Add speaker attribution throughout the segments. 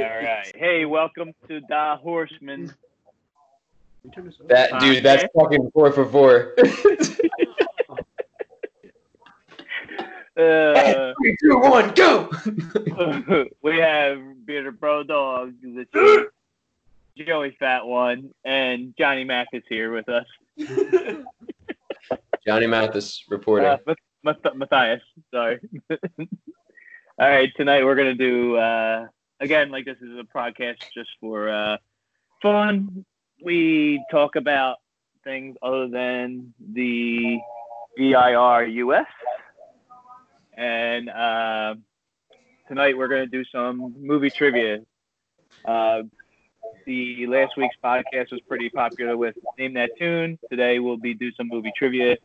Speaker 1: All right. Hey, welcome to Da Horseman.
Speaker 2: That dude, that's fucking four for four.
Speaker 1: Uh,
Speaker 2: Three, two, one, go.
Speaker 1: we have Bearded Bro Dog, the Chief, Joey Fat One, and Johnny Mack is here with us.
Speaker 2: Johnny Mathis reporting.
Speaker 1: Uh, Math- Math- Matthias, sorry. All right, tonight we're gonna do uh, again. Like this is a podcast just for uh, fun. We talk about things other than the VIR US, and uh, tonight we're gonna do some movie trivia. Uh, the last week's podcast was pretty popular with name that tune. Today we'll be do some movie trivia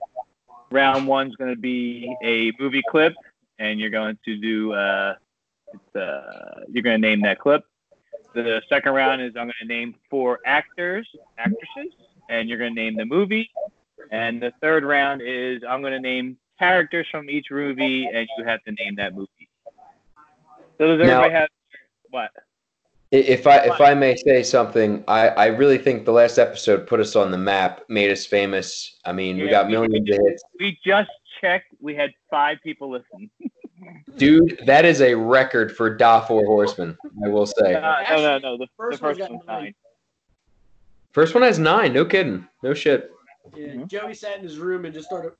Speaker 1: round one's going to be a movie clip, and you're going to do uh, it's, uh, you're going to name that clip. The second round is I'm going to name four actors, actresses, and you're going to name the movie. And the third round is I'm going to name characters from each movie, and you have to name that movie. So does
Speaker 2: Now-
Speaker 1: everybody have what?
Speaker 2: I- If I if I may say something, I I really think the last episode put us on the map, made us famous. I mean, we
Speaker 1: Yeah.
Speaker 2: got millions of hits.
Speaker 1: We just checked. We had five people listen.
Speaker 2: Dude, that is a record for Da Four Horsemen. I will say.
Speaker 1: Uh, no, no, no. The the
Speaker 3: First
Speaker 1: first
Speaker 3: one's got
Speaker 1: one's
Speaker 3: nine.
Speaker 1: nine.
Speaker 2: First one has nine. No kidding. No shit.
Speaker 3: Yeah,
Speaker 1: Mhm.
Speaker 3: Joey sat in his room and just started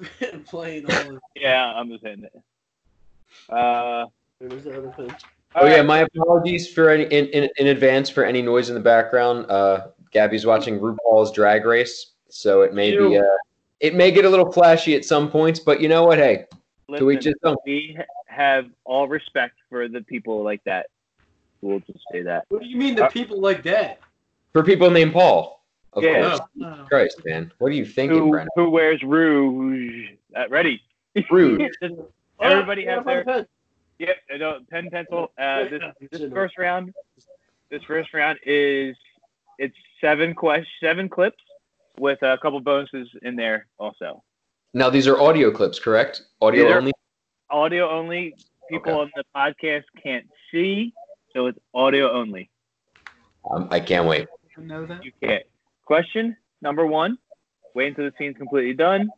Speaker 3: playing all of
Speaker 1: Yeah, I'm just hitting it. Uh,
Speaker 3: There's the other thing.
Speaker 2: oh yeah, my apologies for any in, in, in advance for any noise in the background. Uh, Gabby's watching RuPaul's Drag Race, so it may be
Speaker 3: Ew.
Speaker 2: uh, it may get a little flashy at some points. But you know what? Hey,
Speaker 1: Listen,
Speaker 2: so we just um, don't.
Speaker 1: we have all respect for the people like that. We'll just say that.
Speaker 3: What do you mean the
Speaker 1: Uh,
Speaker 3: people like that? Oh.
Speaker 2: For people named Paul. Of
Speaker 1: Yeah.
Speaker 2: course. Christ, man. What are you thinking,
Speaker 1: Who,
Speaker 2: Brandon?
Speaker 1: who wears rouge? Uh, ready?
Speaker 2: Rude.
Speaker 1: Just-
Speaker 3: Oh,
Speaker 1: Everybody
Speaker 3: yeah,
Speaker 1: have
Speaker 3: my
Speaker 1: their-
Speaker 3: pen.
Speaker 1: yeah, uh, no, pen, pencil. Uh, this, this
Speaker 3: Should've-
Speaker 1: first round. This first round is it's seven questions, seven clips with a couple bonuses in there also.
Speaker 2: Now these are audio clips, correct? Audio
Speaker 1: These are-
Speaker 2: only.
Speaker 1: Audio only. People
Speaker 2: Okay.
Speaker 1: on the podcast can't see, so it's audio only.
Speaker 2: Um, I can't wait.
Speaker 4: know that?
Speaker 1: You can't. Question number one. Wait until the scene's completely done.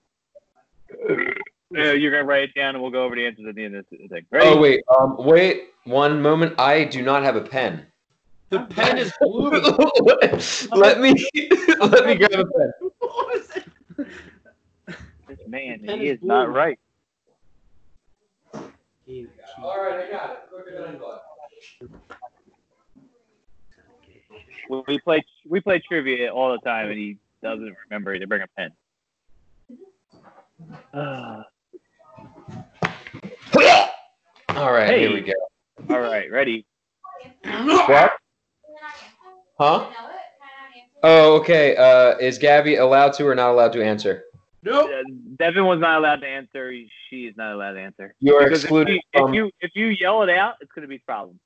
Speaker 1: Uh, you're gonna write it down, and we'll go over the answers at the end of the thing. Ready?
Speaker 2: Oh wait, um, wait one moment. I do not have a pen.
Speaker 3: The pen is blue. what
Speaker 2: let me let me grab a pen.
Speaker 3: was it?
Speaker 1: This man,
Speaker 3: Pen
Speaker 1: he
Speaker 3: is
Speaker 1: is not
Speaker 3: blue.
Speaker 1: right.
Speaker 2: right, I got it. Look at that envelope.
Speaker 1: We- We play we play trivia all the time, and he doesn't remember to bring a pen. Ah.
Speaker 2: All right, here
Speaker 1: Hey.
Speaker 2: we go.
Speaker 1: all right, ready?
Speaker 2: What? Huh? Oh, okay. Uh, is Gabby allowed to or not allowed to answer?
Speaker 3: Nope.
Speaker 1: Uh, Devin was not allowed to answer. She is not allowed to answer.
Speaker 2: You are
Speaker 1: Because if you,
Speaker 2: excluded
Speaker 1: if
Speaker 2: from.
Speaker 1: you if you yell it out, it's gonna be a problem.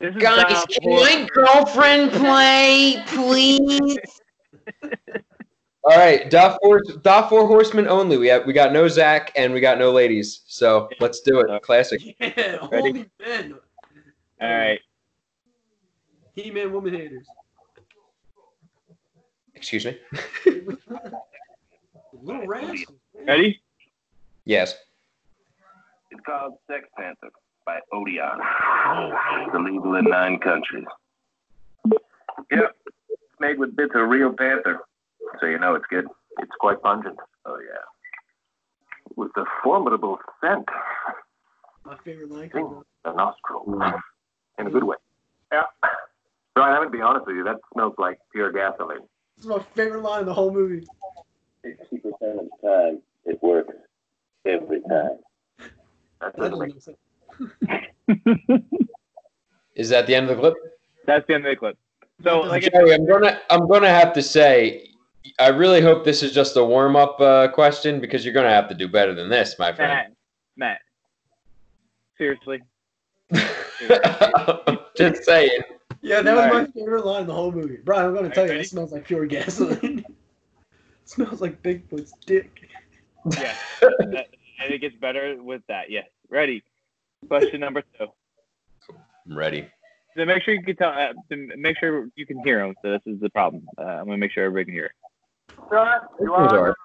Speaker 1: This is
Speaker 2: Guys,
Speaker 1: Bob
Speaker 2: can my
Speaker 1: Horsford.
Speaker 2: girlfriend play, please? All right, Da Four, Da Four Horsemen only. We have we got no Zach and we got no ladies. So let's do it. Classic.
Speaker 3: Yeah,
Speaker 1: Ready?
Speaker 3: only men.
Speaker 1: All right.
Speaker 3: He-Man woman haters.
Speaker 2: Excuse me.
Speaker 3: Little rascal.
Speaker 1: Ready?
Speaker 2: Yes.
Speaker 5: It's called Sex Panther by Odeon. It's illegal in nine countries. Yep. It's made with bits of real panther. So you know it's good. It's quite pungent. Oh, yeah. With a formidable scent
Speaker 3: My favorite line. comes up.
Speaker 5: the nostril.
Speaker 2: Mm.
Speaker 5: In a good way. Yeah. Brian, I'm going to be honest with you. That smells like pure gasoline.
Speaker 3: This is my favorite line in the whole movie.
Speaker 5: 60% of the time, it works. Every time. That
Speaker 3: That
Speaker 5: doesn't
Speaker 3: doesn't
Speaker 5: make
Speaker 3: make sense.
Speaker 2: Is that the end of the clip?
Speaker 1: That's the end of the clip. So, like, I
Speaker 2: Joey, I'm gonna I'm gonna have to say, I really hope this is just a warm up uh, question because you're gonna have to do better than this, my
Speaker 1: said,
Speaker 2: friend.
Speaker 1: Matt, Matt, seriously,
Speaker 2: I'm just saying.
Speaker 3: Yeah, that was
Speaker 1: All
Speaker 3: my
Speaker 1: right.
Speaker 3: favorite line in the whole movie. Brian, I'm gonna
Speaker 1: Are
Speaker 3: tell
Speaker 1: you
Speaker 3: you,
Speaker 1: ready?
Speaker 3: it smells like pure gasoline. It smells like Bigfoot's dick.
Speaker 1: yes. That- and it gets better with that. Yes. Ready? Question number two.
Speaker 2: I'm ready.
Speaker 1: So make sure you can tell. Uh, to make sure you can hear him. So this is the problem. Uh, I'm gonna make sure everybody can hear. It.
Speaker 5: Sir, you
Speaker 2: Those
Speaker 5: are.
Speaker 2: are-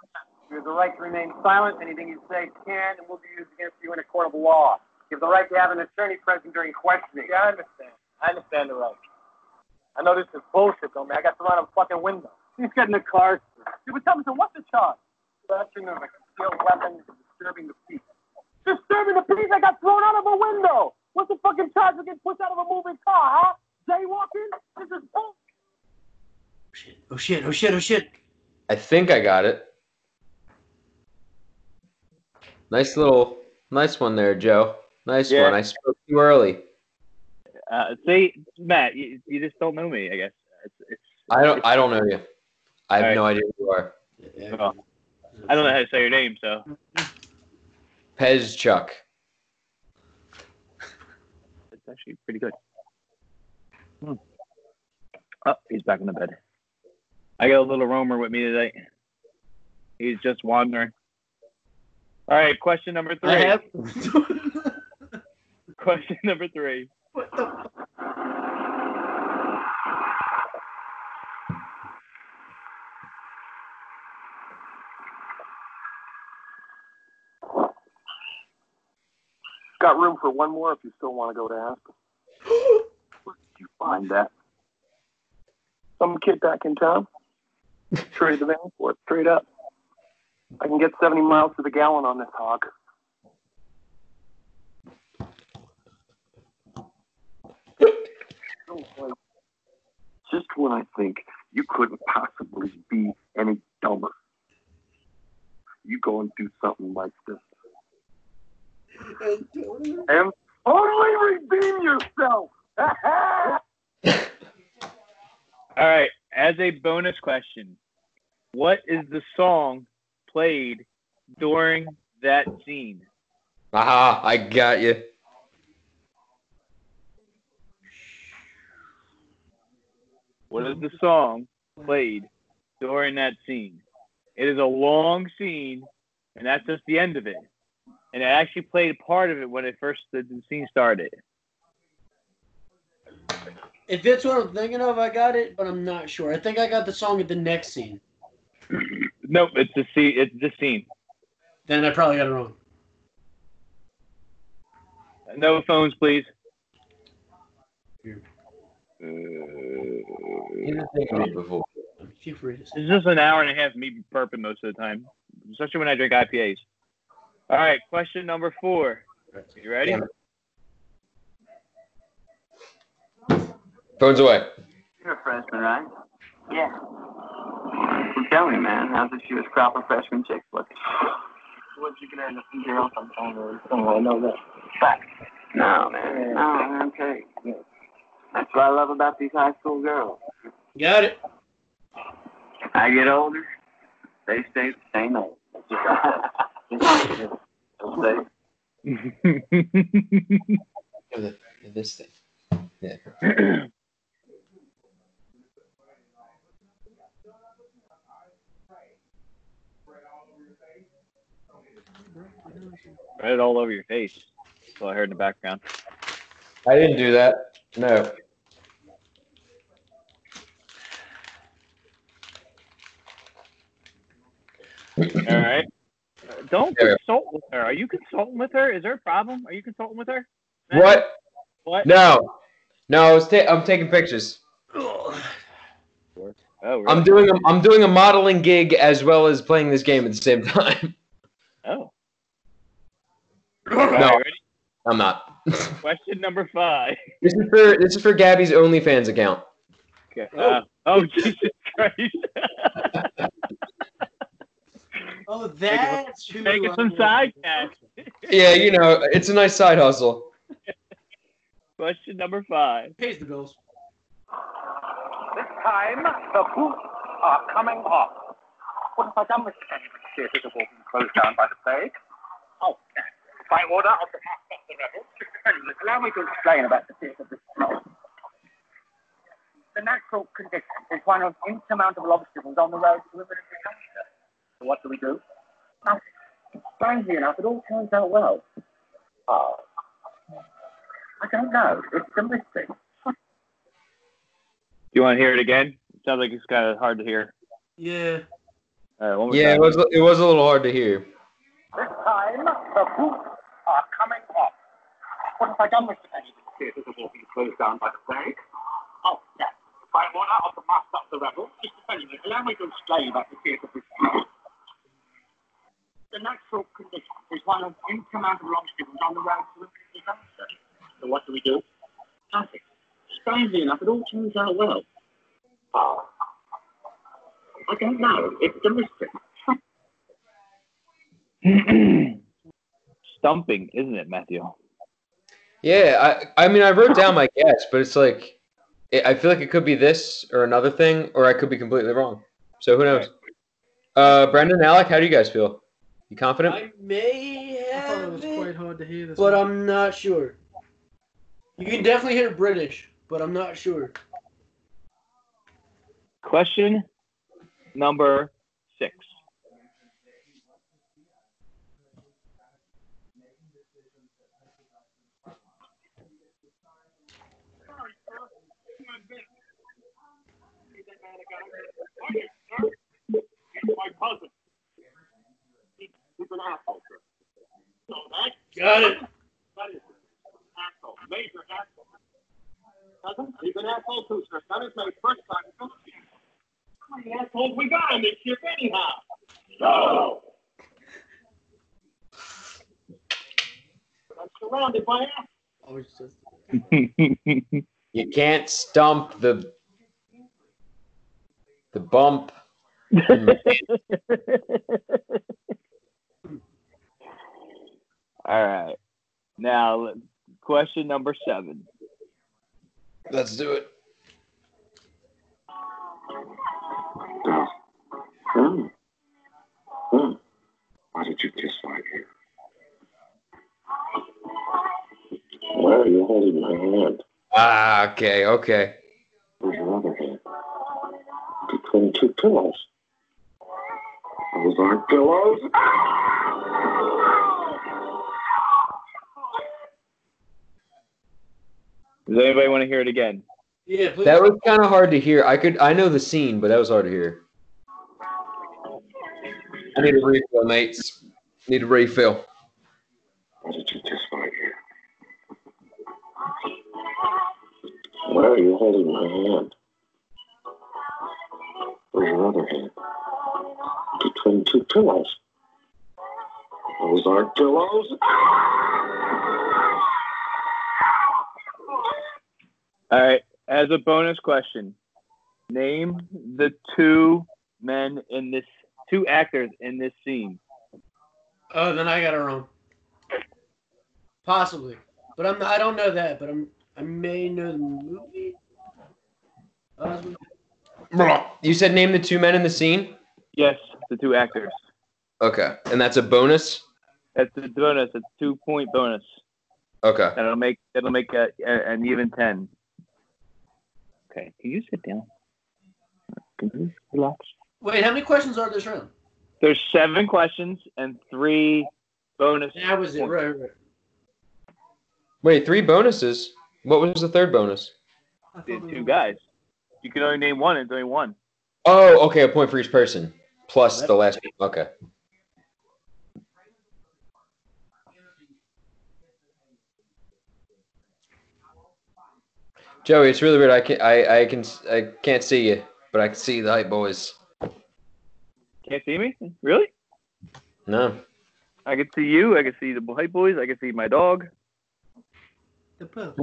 Speaker 5: You have the right to remain silent. Anything you say can and will be used against you in a court of law. You have the right to have an attorney present during questioning. Yeah, I understand. I understand the right. I know this is bullshit, though, man. I got thrown out of a fucking window. He's getting a car. You would tell me, so what's the charge? Possession of a concealed weapon and disturbing the peace. Disturbing the peace? I got thrown out of a window. What's the fucking charge for getting pushed out of a moving car, huh? Jaywalking? This is bullshit.
Speaker 6: shit. Oh shit. Oh shit. Oh shit.
Speaker 2: I think I got it. Nice little, nice one there, Joe. Nice
Speaker 1: Yeah.
Speaker 2: one. I spoke too early.
Speaker 1: Uh, see, Matt, you, you just don't know me. I guess it's, it's
Speaker 2: I don't, I don't know you. I have
Speaker 1: All right.
Speaker 2: no idea who you are.
Speaker 6: Yeah.
Speaker 1: Oh. I don't know how to say your name. So
Speaker 2: Pez Chuck.
Speaker 1: it's actually pretty good. Hmm. Oh, he's back in the bed. I got a little roamer with me today. He's just wandering. All right, question number three.
Speaker 6: I have.
Speaker 1: Question number three.
Speaker 6: what the?
Speaker 7: Got room for one more if you still want to go to Aspen. You find that. Some kid back in town traded the van for it, straight up. I can get 70 miles to the gallon on this hog. Oh, boy. Just when I think you couldn't possibly be any dumber, you go and do something like this and only redeem yourself.
Speaker 1: All right, as a bonus question, what is the song played during that scene?
Speaker 2: Aha! I got you.
Speaker 1: What is the song played during that scene? It is a long scene, and that's just the end of it. And I actually played a part of it when it first the, the scene started.
Speaker 6: If it's what I'm thinking of, I got it, but I'm not sure. I think I got the song at the next scene.
Speaker 1: Nope, it's the scene. It's the scene.
Speaker 6: Then I probably got it wrong.
Speaker 1: No phones, please.
Speaker 6: Here.
Speaker 1: Uh,
Speaker 2: You didn't think of me before.
Speaker 6: I'm furious.
Speaker 1: It's just an hour and a half of me burping most of the time, especially when I drink IPAs. All right, question number four. You ready?
Speaker 2: Damn Phones away.
Speaker 7: You're a freshman, right? Yeah. Tell me, man, how's this year's crop of freshman chicks looking? What you can end up in jail sometime or something. I know that. Fact. No, man. No, man, okay. That's what I love about these high school girls.
Speaker 6: Got it.
Speaker 7: I get older, they stay the same age. They'll stay
Speaker 2: This thing.
Speaker 1: Read it all over your face. That's all I heard in the background.
Speaker 2: I didn't do that. No.
Speaker 1: All right. Don't
Speaker 2: There.
Speaker 1: consult with her. Are you consulting with her? Is there a problem? Are you consulting with her? Matt?
Speaker 2: What?
Speaker 1: What?
Speaker 2: No. No, I was ta- I'm taking pictures.
Speaker 1: Oh, really?
Speaker 2: I'm doing a, I'm doing a modeling gig as well as playing this game at the same time.
Speaker 1: oh. All right,
Speaker 2: no,
Speaker 1: ready?
Speaker 2: I'm not.
Speaker 1: Question number five.
Speaker 2: This is for this is for Gabby's OnlyFans account.
Speaker 1: Okay. Uh, oh, Jesus Christ.
Speaker 6: Oh, that's who.
Speaker 1: Making
Speaker 6: I
Speaker 1: some
Speaker 6: was-
Speaker 1: side cash.
Speaker 2: Yeah, you know, it's a nice side hustle.
Speaker 1: Question number five.
Speaker 6: Pays the bills.
Speaker 5: This time, the boots are coming off. What have I done with them? Here, here's a wall being closed down by the plague. Oh, by order of the half of the rebels. Just a minute, allow me to explain about the state of this snow. The natural condition is one of insurmountable obstacles on the road to imminent disaster. So what do we do? Now, strangely enough, it all turns out Ah. well. Oh. I don't know. It's a mystery. What
Speaker 1: you want to hear it again? It sounds like it's kind of hard to hear.
Speaker 6: Yeah.
Speaker 1: All right, one more
Speaker 2: Yeah, it
Speaker 1: time.
Speaker 2: was it was a little hard to hear.
Speaker 5: This time, the boots are coming off. What have I done, Mr. Penny? The theatres are walking closed down by the plague. Oh, yes. By order of the master of the rebels, Mr. Pennyman, allow me to explain about the theatre procedure. The natural condition is one of insurmountable obstacles on the road to disaster. So what do we do? Nothing. Strangely enough, it all turns out well. Oh. I don't know. It's a mystery.
Speaker 1: Stumping, isn't it, Matthew?
Speaker 2: Yeah, I I mean I wrote down my guess, but it's like it, I feel like it could be this or another thing, or I could be completely wrong. So who knows? Uh, Brendan, Alec, how do you guys feel? You confident?
Speaker 3: I may
Speaker 6: I thought it
Speaker 3: have
Speaker 6: was
Speaker 3: it,
Speaker 6: quite hard to hear this.
Speaker 3: but
Speaker 6: one.
Speaker 3: I'm not sure. You can definitely hear British, but I'm not sure.
Speaker 1: Question number six.
Speaker 5: my cousin. He, he's an asshole. sir. So that,
Speaker 3: Got it.
Speaker 5: that is an asshole. Major asshole. Cousin, he's an asshole too, sir. That is my first time. to see him. How many assholes we got in this ship anyhow? No. I'm surrounded by assholes.
Speaker 3: Always just-
Speaker 2: You can't stump the the bump.
Speaker 1: All right. Now, let- question number seven.
Speaker 2: Let's do it.
Speaker 7: Hmm. Hmm. Why did you kiss my ear? Why are you holding my hand?
Speaker 2: Ah, okay, okay.
Speaker 7: Where's your other hand? Between two pillows. Those aren't pillows.
Speaker 1: Does anybody want to hear it again?
Speaker 3: Yeah, please.
Speaker 2: That was kind of hard to hear. I could I know the scene, but that was hard to hear. I need a refill, mates. Need a refill.
Speaker 7: Why did you kiss my ear? Why are you holding my hand? Where's your other hand? Between two pillows. Those aren't pillows.
Speaker 1: All right. As a bonus question, name the two men in this, two actors in this scene.
Speaker 3: Oh, then I got it wrong. Possibly, but I'm I don't know that, but I'm I may know the movie. Uh, Possibly.
Speaker 2: You said name the two men in the scene?
Speaker 1: Yes, the two actors.
Speaker 2: Okay. And that's a bonus?
Speaker 1: That's a bonus. It's two point bonus.
Speaker 2: Okay.
Speaker 1: That'll make that'll make a, a- an even ten. Okay. Can you sit down? Can you relax?
Speaker 3: Wait, how many questions are this round?
Speaker 1: There's seven questions and three bonus.
Speaker 3: That was it.
Speaker 1: points.
Speaker 3: Right, right.
Speaker 2: Wait, three bonuses? What was the third bonus?
Speaker 6: I thought
Speaker 1: The
Speaker 6: it was-
Speaker 1: two guys. You can only name one. It's only one.
Speaker 2: Oh, okay, a point for each person. Plus the last okay. Joey, it's really weird. I can I, I can I can't see you, but I can see the hype boys.
Speaker 1: Can't see me? Really?
Speaker 2: No.
Speaker 1: I can see you. I can see the white boys. I can see my dog.
Speaker 6: The pup.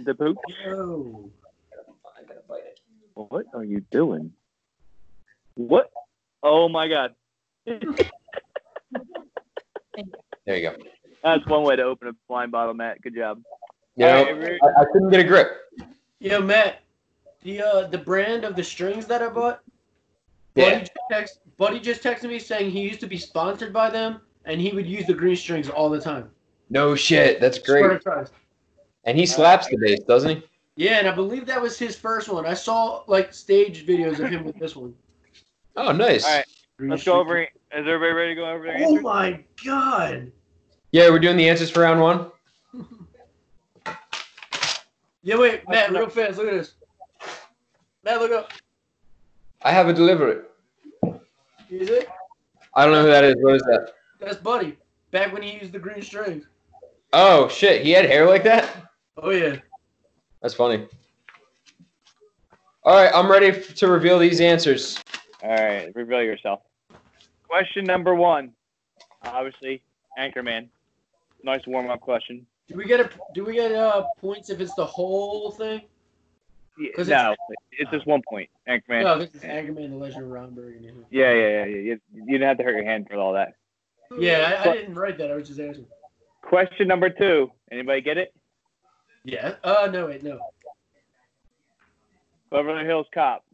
Speaker 1: The poop.
Speaker 3: Oh.
Speaker 1: What are you doing? What? Oh my god.
Speaker 2: There you go.
Speaker 1: That's one way to open a blind bottle, Matt. Good job.
Speaker 2: Yeah,
Speaker 1: All right,
Speaker 2: I, I couldn't get a grip.
Speaker 3: Yo, Matt, the uh, the brand of the strings that I bought. Buddy,
Speaker 2: Yeah.
Speaker 3: just text, Buddy just texted me saying he used to be sponsored by them, and he would use the green strings all the time.
Speaker 2: No shit. That's
Speaker 3: Swear
Speaker 2: great.
Speaker 3: to Christ.
Speaker 2: And he slaps the bass, doesn't he?
Speaker 3: Yeah, and I believe that was his first one. I saw like stage videos of him with this one.
Speaker 2: Oh, nice.
Speaker 1: All right.
Speaker 3: Green
Speaker 1: Let's go
Speaker 3: strings.
Speaker 1: over. Is everybody ready to go over their
Speaker 3: Oh
Speaker 1: answers?
Speaker 3: my god!
Speaker 2: Yeah, we're doing the answers for round one.
Speaker 3: Yeah, wait, Matt, real fast. Look at this. Matt, look up.
Speaker 2: I have a delivery.
Speaker 3: Is it?
Speaker 2: I don't know who that is. What is that?
Speaker 3: That's Buddy. Back when he used the green string.
Speaker 2: Oh shit, he had hair like that?
Speaker 3: Oh yeah.
Speaker 2: That's funny. All right, I'm ready f- to reveal these answers.
Speaker 1: All right, reveal yourself. Question number one. Obviously, Anchorman. Nice warm up question.
Speaker 3: Do we get a do we get uh points if it's the whole thing?
Speaker 1: Yeah,
Speaker 3: 'Cause
Speaker 1: No, it's Oh. just one point. Anchorman.
Speaker 3: No, this is Anchorman, the Legend of Ron Burgundy.
Speaker 1: Yeah, yeah, yeah. yeah. You, you didn't have to hurt your hand for all that.
Speaker 3: Yeah, I, I didn't write that. I was just asking.
Speaker 1: Question number two. Anybody get it?
Speaker 3: Yeah. Uh, no, wait, no.
Speaker 1: Beverly Hills Cop.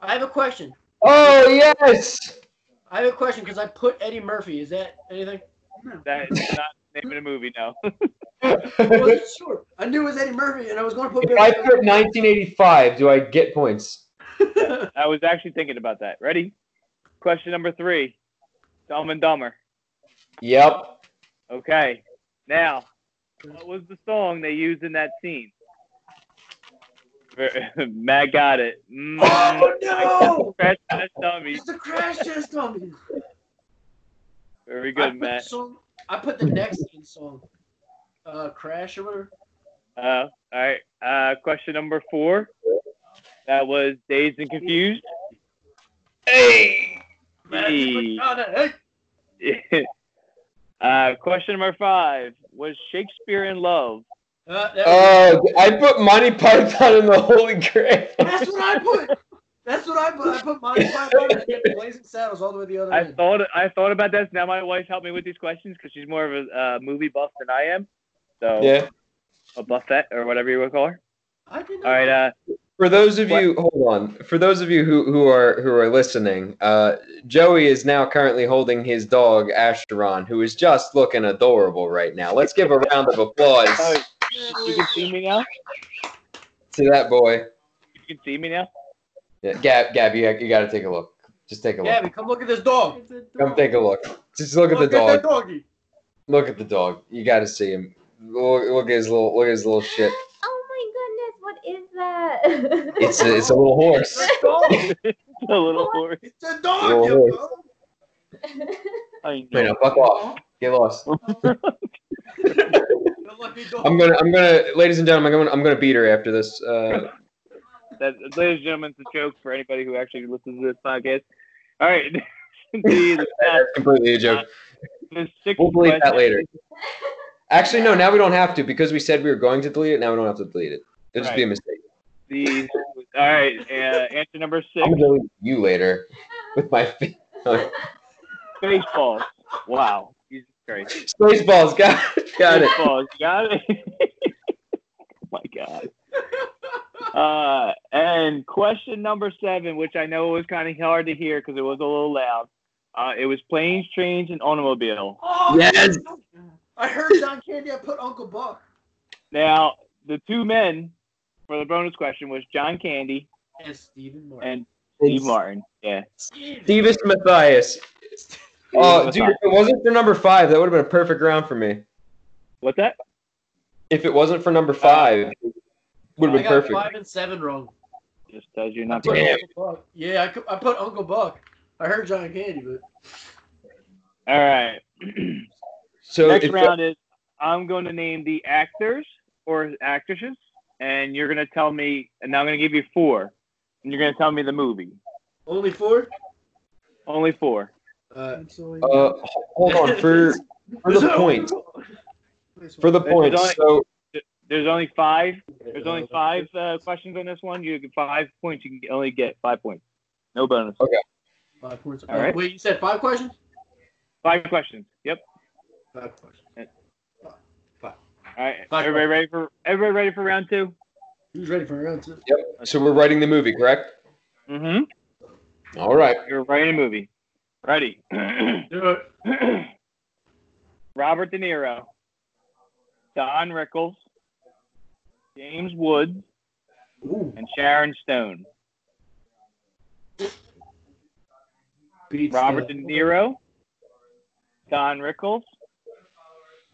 Speaker 3: I have a question.
Speaker 2: Oh yes.
Speaker 3: I have a question because I put Eddie Murphy. Is that anything?
Speaker 1: That is not the name of the movie, no.
Speaker 3: I
Speaker 2: if
Speaker 3: wasn't sure. I knew it was Eddie Murphy, and I was going to put.
Speaker 2: I
Speaker 3: Barry
Speaker 2: put 1985, do I get points?
Speaker 3: Allen.
Speaker 1: I was actually thinking about that. Ready? Question number three. Dumb and Dumber.
Speaker 2: Yep.
Speaker 1: Okay. Now, what was the song they used in that scene? Ver- Matt got it. Mm,
Speaker 3: oh no!
Speaker 1: Crash Test Dummies.
Speaker 3: It's the crash test dummy.
Speaker 1: Very
Speaker 3: I
Speaker 1: good,
Speaker 3: put
Speaker 1: Matt.
Speaker 3: the Song, I put the next in song. Uh, crash or whatever.
Speaker 1: Uh, all right. Uh, question number four. That was Dazed and Confused.
Speaker 2: Hey.
Speaker 1: Hey.
Speaker 3: Oh, Hey.
Speaker 1: uh, question number five was Shakespeare in Love.
Speaker 3: Uh, there we go.
Speaker 2: Oh, I put Monty Python in the Holy Grail.
Speaker 3: That's what I put. That's what I put. I put Monty Python and then Blazing Saddles all the way to the other
Speaker 1: I
Speaker 3: end.
Speaker 1: thought I thought about this. Now my wife helped me with these questions because she's more of a uh, movie buff than I am. So
Speaker 2: Yeah.
Speaker 1: a buffet or whatever you would call her.
Speaker 3: I didn't.
Speaker 1: All right. Uh,
Speaker 2: For those of you, hold on. For those of you who, who are who are listening, uh, Joey is now currently holding his dog Asheron, who is just looking adorable right now. Let's give a round of
Speaker 1: oh,
Speaker 2: applause
Speaker 1: you can see me now.
Speaker 2: to that boy.
Speaker 1: You can see me now.
Speaker 2: Yeah, Gab, Gab, you, you got to take a look. Just take a look.
Speaker 3: Gabby, come look at this dog.
Speaker 2: Come take a look. Just look at the
Speaker 3: that
Speaker 2: dog.
Speaker 3: doggy.
Speaker 2: Look at the dog. You got to see him. Look, look at his little look at his little shit.
Speaker 8: Oh my goodness, what is that?
Speaker 2: It's a, it's a little horse.
Speaker 3: It's a dog.
Speaker 1: a little horse.
Speaker 3: It's a dog.
Speaker 2: Whoa,
Speaker 3: you
Speaker 2: whoa.
Speaker 3: bro.
Speaker 1: I
Speaker 2: Wait,
Speaker 1: know.
Speaker 2: no, fuck off. Get lost.
Speaker 3: The lucky dog.
Speaker 2: I'm gonna I'm gonna ladies and gentlemen, I'm gonna I'm gonna beat her after this. Uh,
Speaker 1: That, ladies and gentlemen, it's a joke for anybody who actually listens to this podcast. All right. the,
Speaker 2: that's completely a joke.
Speaker 1: the sixth
Speaker 2: We'll believe that
Speaker 1: question-
Speaker 2: later. Actually, no. Now we don't have to because we said we were going to delete it. Now we don't have to delete it. It'll just be a mistake.
Speaker 1: The, all right. Uh, answer number six.
Speaker 2: I'm gonna delete you later with my feet.
Speaker 1: Baseballs. Wow. Jesus Christ.
Speaker 2: Spaceballs. Got got it.
Speaker 1: Baseballs. Got it. oh my God. Uh, and question number seven, which I know was kind of hard to hear because it was a little loud. Uh, it was planes, trains, and automobile.
Speaker 3: Oh,
Speaker 2: Yes.
Speaker 3: I heard John Candy. I put Uncle Buck
Speaker 1: Now, the two men for the bonus question was John Candy
Speaker 3: and Stephen Martin.
Speaker 1: and Steve Martin. Yeah.
Speaker 2: Stevis Matthias. Oh,
Speaker 1: What's
Speaker 2: dude,
Speaker 1: that?
Speaker 2: if it wasn't for number five, that would have been a perfect round for me.
Speaker 1: What's that?
Speaker 2: If it wasn't for number five, would
Speaker 3: I
Speaker 2: have been
Speaker 3: got
Speaker 2: perfect.
Speaker 3: five and seven wrong.
Speaker 1: Just tells you not
Speaker 3: Put
Speaker 1: to.
Speaker 2: Damn.
Speaker 3: Uncle Buck. Yeah, I, cu- I put Uncle Buck. I heard John Candy, but
Speaker 1: All right.
Speaker 2: So uh,
Speaker 1: Next
Speaker 2: if-
Speaker 1: round is I'm going to name the actors or actresses, and you're going to tell me, and I'm going to give you four, and you're going to tell me the movie.
Speaker 3: only four.
Speaker 1: Only four.
Speaker 3: Uh,
Speaker 6: I'm sorry.
Speaker 2: uh, hold on for for the point for the point. So
Speaker 1: There's only five. There's only five uh, questions on this one. You get five points. You can only get five points. No bonus.
Speaker 3: Five points.
Speaker 1: All right.
Speaker 3: Wait, you said five questions?
Speaker 1: Five questions. Yep.
Speaker 3: Five questions.
Speaker 1: All right.
Speaker 3: Five
Speaker 1: everybody ready for everybody ready for round two?
Speaker 3: Who's ready for round two?
Speaker 2: so we're writing the movie, correct?
Speaker 1: Mm-hmm.
Speaker 2: All right.
Speaker 1: You're writing a movie. Ready.
Speaker 3: Do it.
Speaker 1: Robert De Niro, Don Rickles, James Woods,
Speaker 3: Ooh,
Speaker 1: and Sharon Stone.
Speaker 3: beats
Speaker 1: Robert
Speaker 3: the-
Speaker 1: De Niro, Don Rickles,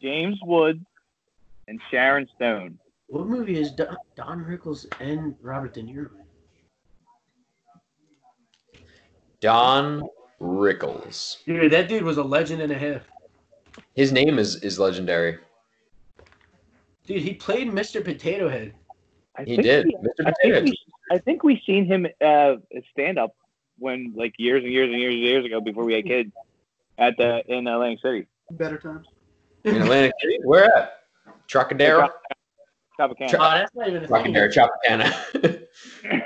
Speaker 1: James Woods, and Sharon Stone.
Speaker 3: What movie is Don, Don Rickles and Robert De Niro? in?
Speaker 2: Don Rickles.
Speaker 3: Dude, that dude was a legend and a half.
Speaker 2: His name is is legendary.
Speaker 3: Dude, he played Mr. Potato Head.
Speaker 1: I
Speaker 2: He
Speaker 1: think
Speaker 2: did.
Speaker 1: we-
Speaker 2: Mr.
Speaker 1: I think,
Speaker 2: Potato.
Speaker 1: we, I think we seen him uh, stand up when like years and years and years and years ago before we had kids at the in Atlantic City.
Speaker 6: Better times.
Speaker 2: In Atlantic City. Where at? Trocadero?
Speaker 1: Tropicana.
Speaker 2: Tro-
Speaker 3: Oh, that's not even a
Speaker 2: Trocadero,
Speaker 3: thing.
Speaker 2: Tropicana.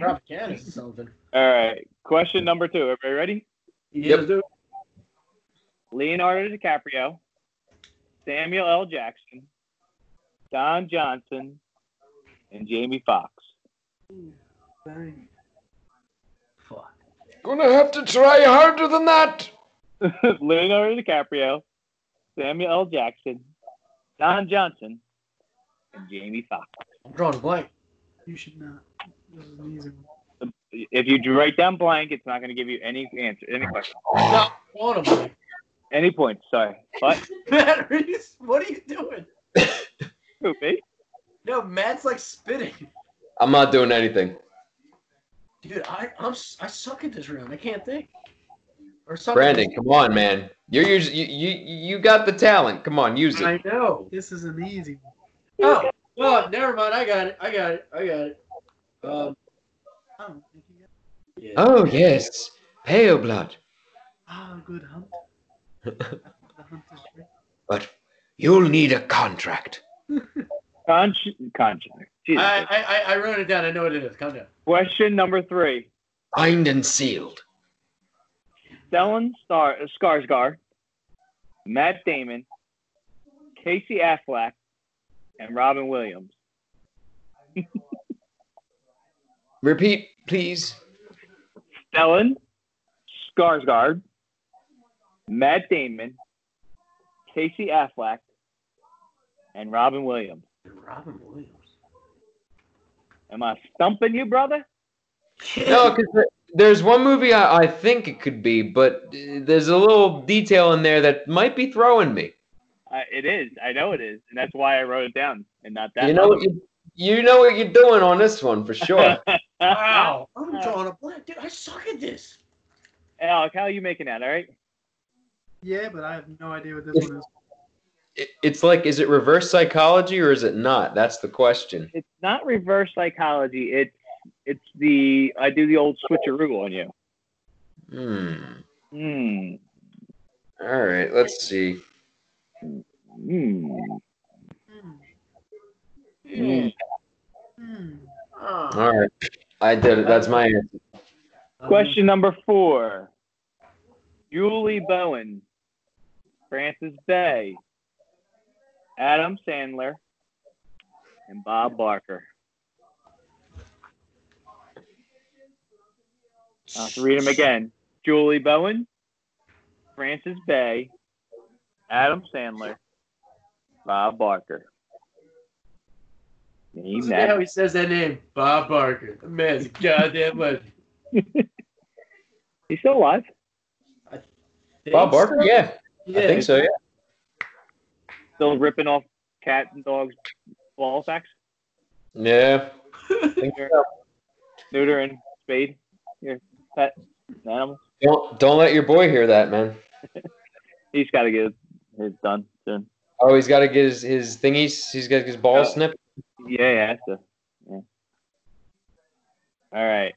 Speaker 3: Rob Cannon is something.
Speaker 1: All right. Question number two. Everybody ready?
Speaker 3: Yeah,
Speaker 2: Yep.
Speaker 3: dude.
Speaker 1: Leonardo DiCaprio, Samuel L. Jackson, Don Johnson, and Jamie Foxx.
Speaker 6: Bang.
Speaker 3: Fuck.
Speaker 2: Gonna have to try harder than that.
Speaker 1: Leonardo DiCaprio, Samuel L. Jackson, Don Johnson, and Jamie Foxx.
Speaker 3: I'm drawing a blank.
Speaker 6: You should not. This is an easy one.
Speaker 1: If you write down blank, it's not going to give you any answer, any question,
Speaker 3: No, I'm drawing a blank.
Speaker 1: any points. Sorry. What?
Speaker 3: Matt Reeves, what are you doing?
Speaker 1: Who, me?
Speaker 3: No, Matt's like spitting.
Speaker 2: I'm not doing anything.
Speaker 3: Dude, I I'm, s- I suck at this round. I can't think. Or something.
Speaker 2: Brandon, come on, man. You're us- you you you got the talent. Come on, use it.
Speaker 3: I know.
Speaker 6: This is an easy one.
Speaker 3: Oh, well, never mind. I got it. I got it. I got it. Um,
Speaker 6: I don't think Oh,
Speaker 3: yeah.
Speaker 6: you got
Speaker 2: Oh yes, pale blood.
Speaker 6: Ah, good hunt. the hunter's dream.
Speaker 2: But you'll need a contract.
Speaker 1: Conch, Conch. Jesus.
Speaker 3: I, I, I- I wrote it down. I know what it is. Calm down.
Speaker 1: Question number three.
Speaker 2: Signed and sealed.
Speaker 1: Stellan Star- uh, Skarsgård, Matt Damon, Casey Affleck, and Robin Williams.
Speaker 2: Repeat, please.
Speaker 1: Stellan Skarsgård, Matt Damon, Casey Affleck, and Robin Williams.
Speaker 3: Robin Williams.
Speaker 1: Am I stumping you, brother?
Speaker 2: No, because there's one movie I, I think it could be, but uh, there's a little detail in there that might be throwing me.
Speaker 1: Uh, it is. I know it is, and that's why I wrote it down and not that.
Speaker 2: you know what you, you know what you're doing on this one for sure.
Speaker 3: Wow. I'm drawing a blank. Dude, I suck at this.
Speaker 1: Alec, how are you making that? All right.
Speaker 6: Yeah, but I have no idea what this one is.
Speaker 2: It- it's like, is it reverse psychology or is it not? That's the question.
Speaker 1: It's not reverse psychology. It's it's the I do the old switcheroo on you.
Speaker 2: Hmm.
Speaker 1: Hmm.
Speaker 2: All right, let's see.
Speaker 1: Hmm.
Speaker 6: Hmm.
Speaker 8: Hmm.
Speaker 1: Mm.
Speaker 6: Hmm.
Speaker 3: Oh.
Speaker 2: All right, I did it. That's my answer.
Speaker 1: Question number four. Julie Bowen, Francis Bay, Adam Sandler, and Bob Barker. I'll have to read them again. Julie Bowen, Francis Bay, Adam Sandler, Bob Barker. Name
Speaker 3: Listen to how
Speaker 1: that.
Speaker 3: he says that name. Bob Barker. The man's a goddamn legend.
Speaker 1: He's still alive.
Speaker 2: Bob Barker?
Speaker 3: Thanks.
Speaker 2: Yeah,
Speaker 3: Yeah.
Speaker 2: I think so. Yeah.
Speaker 1: Still ripping off cat and dog's ball sacks.
Speaker 2: Yeah.
Speaker 1: neuter and spade your pet animal.
Speaker 2: Don't don't let your boy hear that, man.
Speaker 1: He's got to get his done soon.
Speaker 2: Oh, he's got to get his, his thingies. He's got his ball
Speaker 1: Yeah.
Speaker 6: Oh.
Speaker 2: snipped.
Speaker 1: Yeah, yeah, that's a, yeah. All right.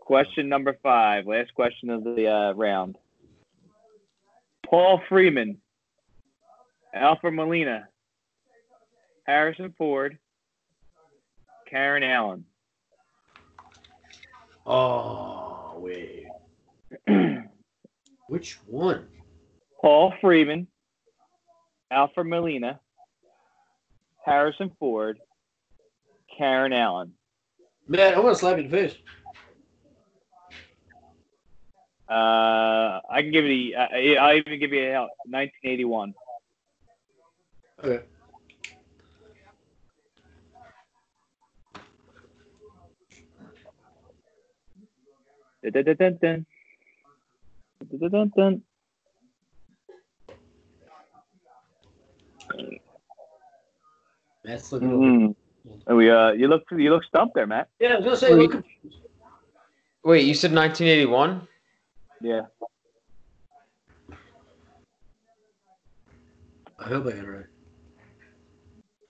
Speaker 1: Question number five. Last question of the uh, round. Paul Freeman, Alfred Molina, Harrison Ford, Karen Allen.
Speaker 3: Oh, wait. Which one?
Speaker 1: Paul Freeman, Alfred Molina, Harrison Ford, Karen Allen.
Speaker 3: Man, I want to slap you in the face.
Speaker 1: Uh, I can give you. Uh, I'll even give you a help. 1981.
Speaker 3: Okay.
Speaker 1: Dun-dun-dun-dun. Dun-dun-dun-dun.
Speaker 3: Matt's looking.
Speaker 2: Mm-hmm.
Speaker 3: over.
Speaker 1: Mm. Are we, uh, you look you look stumped there, Matt.
Speaker 3: Yeah, I was gonna say. Look,
Speaker 2: Wait, you said 1981?
Speaker 1: Yeah.
Speaker 3: I hope I got it right.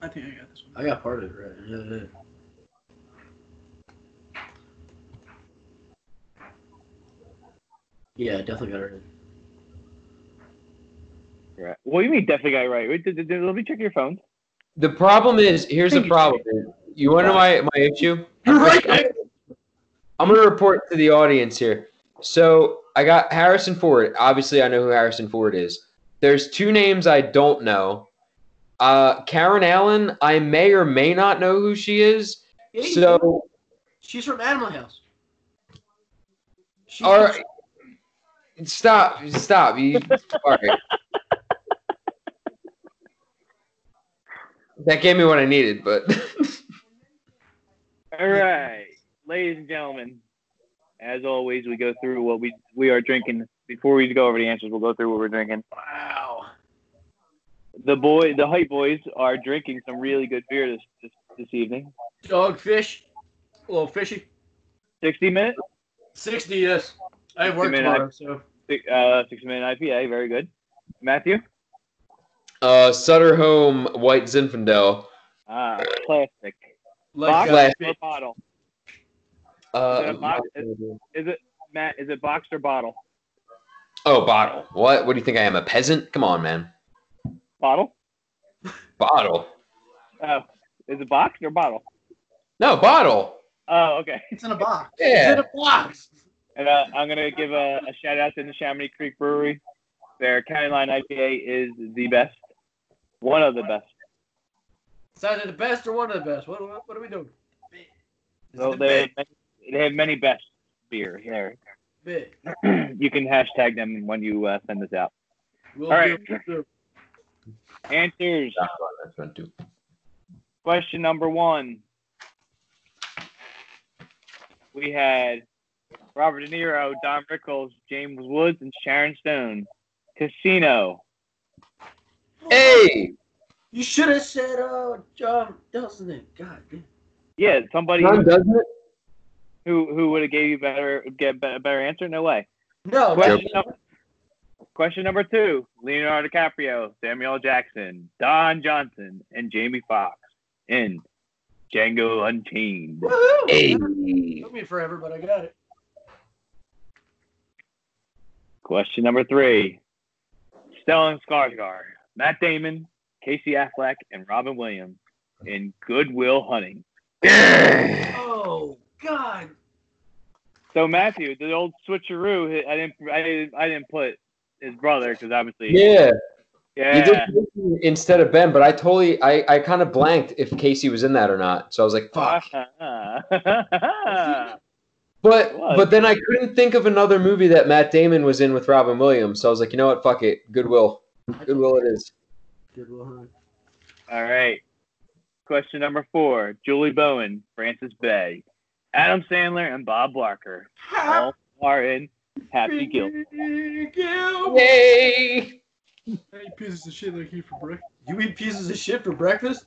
Speaker 6: I think I got this one.
Speaker 3: I got part of it right. Yeah, yeah. Yeah, I definitely got it right.
Speaker 1: Right. What do you mean definitely got it right? Wait, d- d- d- let me check your phone.
Speaker 2: The problem is, here's the problem. dude. You want to know my, my issue?
Speaker 6: You're right. Nick.
Speaker 2: I'm going to report to the audience here. So I got Harrison Ford. Obviously, I know who Harrison Ford is. There's two names I don't know. Uh, Karen Allen, I may or may not know who she is.
Speaker 3: Yeah, you do.
Speaker 2: So,
Speaker 3: she's from Animal House. She,
Speaker 2: all right. Stop. Stop. You, all right. That gave me what I needed, but.
Speaker 1: All right, ladies and gentlemen. As always, we go through what we we are drinking. Before we go over the answers, we'll go through what we're drinking.
Speaker 3: Wow.
Speaker 1: The boy, the hype boys, are drinking some really good beer this this, this evening.
Speaker 3: Dogfish. A little fishy.
Speaker 1: Sixty minute,
Speaker 3: 60, yes. I have work
Speaker 1: Give me an
Speaker 3: tomorrow, so.
Speaker 1: uh, sixty minute IPA, very good. Matthew,
Speaker 2: Uh, Sutter Home White Zinfandel.
Speaker 1: ah, plastic.
Speaker 3: Like,
Speaker 2: Box?
Speaker 3: uh,
Speaker 1: or bottle?
Speaker 2: Uh,
Speaker 1: Is it Matt? Is it boxed or bottle?
Speaker 2: oh, bottle. What? What do you think I am? A peasant? Come on, man.
Speaker 1: Bottle?
Speaker 2: Bottle.
Speaker 1: Oh, is it boxed or bottle?
Speaker 2: No, bottle.
Speaker 1: Oh, okay.
Speaker 3: it's in a box. It's in
Speaker 2: Yeah.
Speaker 3: a box.
Speaker 1: And uh, I'm gonna give a, a shout out to the Chamonix Creek Brewery. Their County Line IPA is the best, one of the best.
Speaker 3: It's either the best or one of the best. What, what, what are we doing? Big. It's
Speaker 1: So
Speaker 3: the
Speaker 1: they have
Speaker 3: big,
Speaker 1: many, they have many best beer here.
Speaker 3: big.
Speaker 1: you can hashtag them when you uh, send this out.
Speaker 3: We'll
Speaker 1: All right.
Speaker 3: do, we'll do.
Speaker 1: Answers.
Speaker 2: That's what I do.
Speaker 1: Question number one. We had Robert De Niro, Don Rickles, James Woods, and Sharon Stone. Casino.
Speaker 2: Hey,
Speaker 3: You should have said, oh, John, doesn't it? God damn.
Speaker 1: Yeah, somebody
Speaker 2: John does it.
Speaker 1: who who would have gave you better get be- better answer? No way.
Speaker 3: No,
Speaker 1: Question
Speaker 3: no.
Speaker 1: number, question number two: Leonardo DiCaprio, Samuel L. Jackson, Don Johnson, and Jamie Foxx in Django Unchained.
Speaker 3: Woohoo!
Speaker 2: Hey.
Speaker 3: Took me forever, but I got it.
Speaker 1: Question number three: Stellan Skarsgård, Matt Damon, Casey Affleck, and Robin Williams in Goodwill Hunting.
Speaker 3: Oh, God.
Speaker 1: So Matthew, the old switcheroo, I didn't, I didn't, I didn't put his brother because obviously,
Speaker 2: Yeah, you
Speaker 1: yeah,
Speaker 2: did Casey instead of Ben, but I totally, I, I kind of blanked if Casey was in that or not. So I was like, fuck. But
Speaker 1: What?
Speaker 2: but then I couldn't think of another movie that Matt Damon was in with Robin Williams, so I was like, you know what, fuck it, Goodwill, Goodwill it is.
Speaker 3: Good one.
Speaker 1: All right. Question number four: Julie Bowen, Francis Bay, Adam Sandler, and Bob Barker
Speaker 2: Ah.
Speaker 1: all are in Happy Gilmore.
Speaker 3: Gilmore.
Speaker 2: Yay!
Speaker 6: I ate pieces of shit like you for breakfast.
Speaker 3: You eat pieces of shit for breakfast?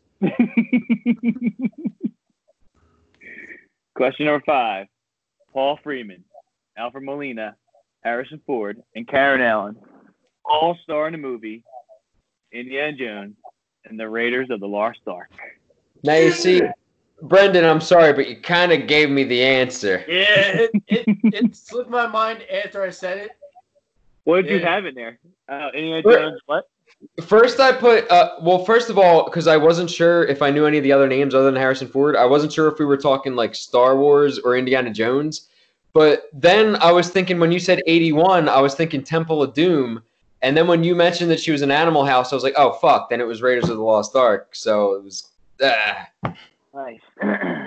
Speaker 1: Question number five: Paul Freeman, Alfred Molina, Harrison Ford, and Karen Allen all star in the movie Indiana Jones and the Raiders of the Lost Ark.
Speaker 2: Now you see, Brendan, I'm sorry, but you kind of gave me the answer.
Speaker 3: Yeah, it, it, it slipped my mind after I said it.
Speaker 1: What did you
Speaker 3: Yeah.
Speaker 1: have in there? Uh, Indiana
Speaker 2: Where-
Speaker 1: Jones. What?
Speaker 2: First, I put uh, well, first of all, because I wasn't sure if I knew any of the other names other than Harrison Ford. I wasn't sure if we were talking like Star Wars or Indiana Jones. But then I was thinking when you said 81, I was thinking Temple of Doom. And then when you mentioned that she was an Animal House, I was like, oh fuck. Then it was Raiders of the Lost Ark. So it was. ah.
Speaker 1: Nice.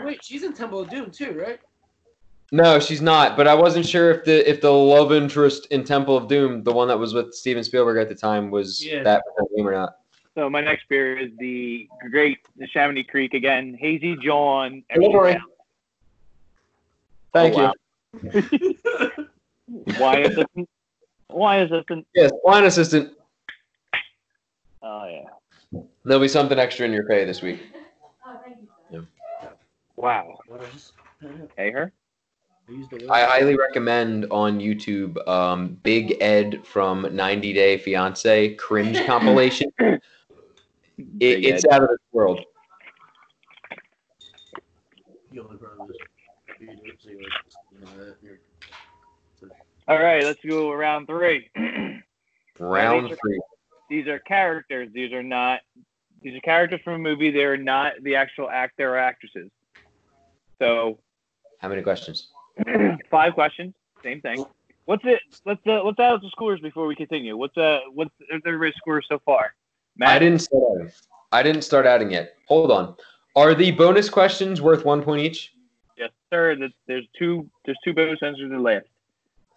Speaker 3: Wait, she's in Temple of Doom too, right?
Speaker 2: No, she's not. But I wasn't sure if the if the love interest in Temple of Doom, the one that was with Steven Spielberg at the time, was
Speaker 3: Yeah.
Speaker 2: that name or not.
Speaker 1: So my next beer is the great the Chamonix Creek again, Hazy John.
Speaker 2: Don't worry. Thank
Speaker 1: Oh,
Speaker 2: you.
Speaker 1: wow. Oh, Wine assistant. Wine assistant.
Speaker 2: Yes, line assistant.
Speaker 1: Oh yeah.
Speaker 2: There'll be something extra in your pay this week.
Speaker 1: Wow.
Speaker 3: What else? I don't know.
Speaker 1: Hey, her?
Speaker 3: I used the
Speaker 2: I highly recommend on YouTube um, Big Ed from 90 Day Fiance cringe compilation. It,
Speaker 1: Big
Speaker 2: it's
Speaker 1: Ed.
Speaker 2: out of this world.
Speaker 3: The only problem is you don't see like you know, that. You're,
Speaker 1: All right, let's go round three.
Speaker 2: Round three.
Speaker 1: these are characters. These are not. These are characters from a movie. They are not the actual actor or actresses. So
Speaker 2: How many questions?
Speaker 1: five questions, same thing. What's it? Let's uh, let's add up the scores before we continue. What's uh what's everybody's score so far?
Speaker 2: I didn't start adding. I didn't start adding yet. Hold on. Are the bonus questions worth one point each?
Speaker 1: Yes, sir. That there's two. There's two bonus answers in left.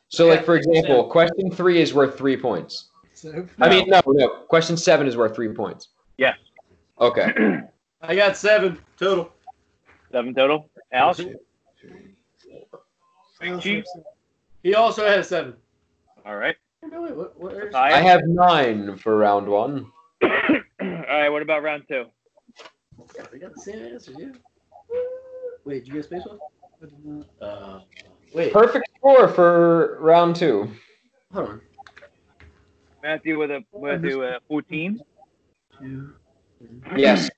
Speaker 2: So, like for example, question three is worth three points.
Speaker 6: So,
Speaker 2: I mean, no, no. Question seven is worth three points.
Speaker 1: Yes,
Speaker 2: Okay.
Speaker 3: I got seven total.
Speaker 1: seven total. Alex, Chiefs.
Speaker 3: He also has seven.
Speaker 1: All right.
Speaker 3: No, wait, what, what are-
Speaker 2: I
Speaker 1: Matthias?
Speaker 2: have nine for round one.
Speaker 1: All right. What about round two?
Speaker 3: We got the same answer, yeah. Wait, did you get Spaceball? Uh, wait,
Speaker 2: Perfect score for round two.
Speaker 3: hold on.
Speaker 1: Matthew with a Matthew with a uh, 14.
Speaker 3: Two.
Speaker 2: Yes.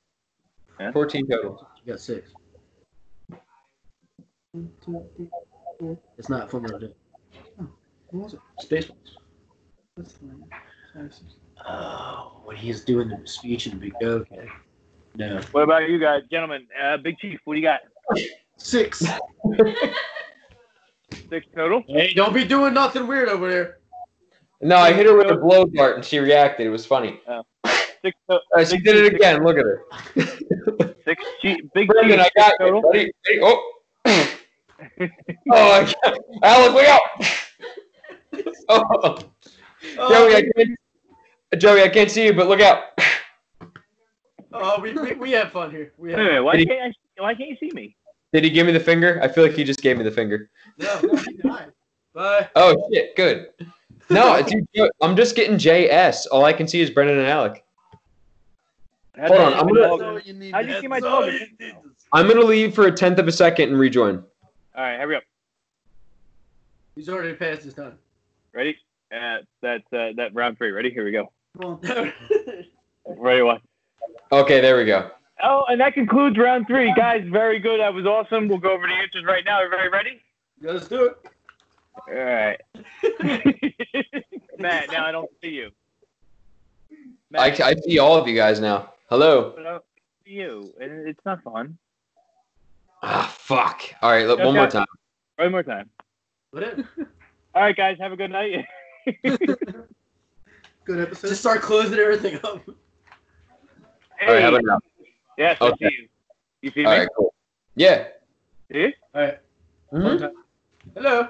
Speaker 1: Yeah.
Speaker 2: 14 total.
Speaker 3: You got six. It's not Full Metal Jacket.
Speaker 6: what was it?
Speaker 3: Spaceballs.
Speaker 6: That's the one. Five, six.
Speaker 3: Oh, when he's doing the speech in the big okay. No.
Speaker 1: What about you guys, gentlemen? Uh, Big Chief, what do you got?
Speaker 3: Six.
Speaker 1: Six total.
Speaker 3: Hey, don't be doing nothing weird over there.
Speaker 2: No, I hit her with a blow dart and she reacted. It was funny.
Speaker 1: Six. To-
Speaker 2: Uh, she did it again. Look at her.
Speaker 1: Six. Chief, Big
Speaker 2: Brendan,
Speaker 1: Chief.
Speaker 2: I got
Speaker 1: six
Speaker 2: you,
Speaker 1: total.
Speaker 2: buddy. Hey, oh. oh, I got Alec, look out. Oh, Joey, I can't, Joey, I can't see you, but look out.
Speaker 3: Oh, we, we, we have fun here. We
Speaker 1: Wait a
Speaker 3: have
Speaker 1: minute, why
Speaker 2: Did he-
Speaker 1: can't I, why can't you see me?
Speaker 2: Did he give me the finger? I feel like he just gave me the finger.
Speaker 3: no, no, he died. Bye.
Speaker 2: Oh, shit. Good. No, dude, Joe- I'm just getting JS. All I can see is Brendan and Alec.
Speaker 1: How'd
Speaker 2: Hold
Speaker 1: you
Speaker 2: on,
Speaker 1: see
Speaker 2: I'm
Speaker 1: my
Speaker 2: gonna-
Speaker 1: dog?
Speaker 3: you need
Speaker 1: How'd you
Speaker 3: to-
Speaker 1: see my
Speaker 3: that's
Speaker 1: dog?
Speaker 3: all you need to-
Speaker 2: I'm going to leave for a tenth of a second and rejoin.
Speaker 1: All right, hurry up.
Speaker 3: He's already past his time.
Speaker 1: Ready? Uh, that's uh, that round three. Ready? Here we go.
Speaker 6: Well,
Speaker 1: Ready one.
Speaker 2: Okay, there we go.
Speaker 1: Oh, and that concludes round three, guys. Very good. That was awesome. We'll go over the answers right now. Everybody ready?
Speaker 3: Let's do it.
Speaker 1: All right. Matt, now I don't see you.
Speaker 2: I,
Speaker 1: Matt,
Speaker 2: I see all of you guys now. Hello.
Speaker 1: I don't see you, and it's not fun.
Speaker 2: Ah, fuck. All right, look, one more time.
Speaker 1: One more time.
Speaker 3: What it?
Speaker 1: All right, guys. Have a good night.
Speaker 6: good episode.
Speaker 3: Just start closing everything up.
Speaker 2: All right,
Speaker 1: Hey.
Speaker 2: how about now?
Speaker 1: Yes,
Speaker 2: Okay.
Speaker 1: I see you. You see
Speaker 2: All
Speaker 1: me?
Speaker 2: right, cool. Yeah.
Speaker 1: See?
Speaker 3: All right.
Speaker 2: Mhm.
Speaker 3: Hello.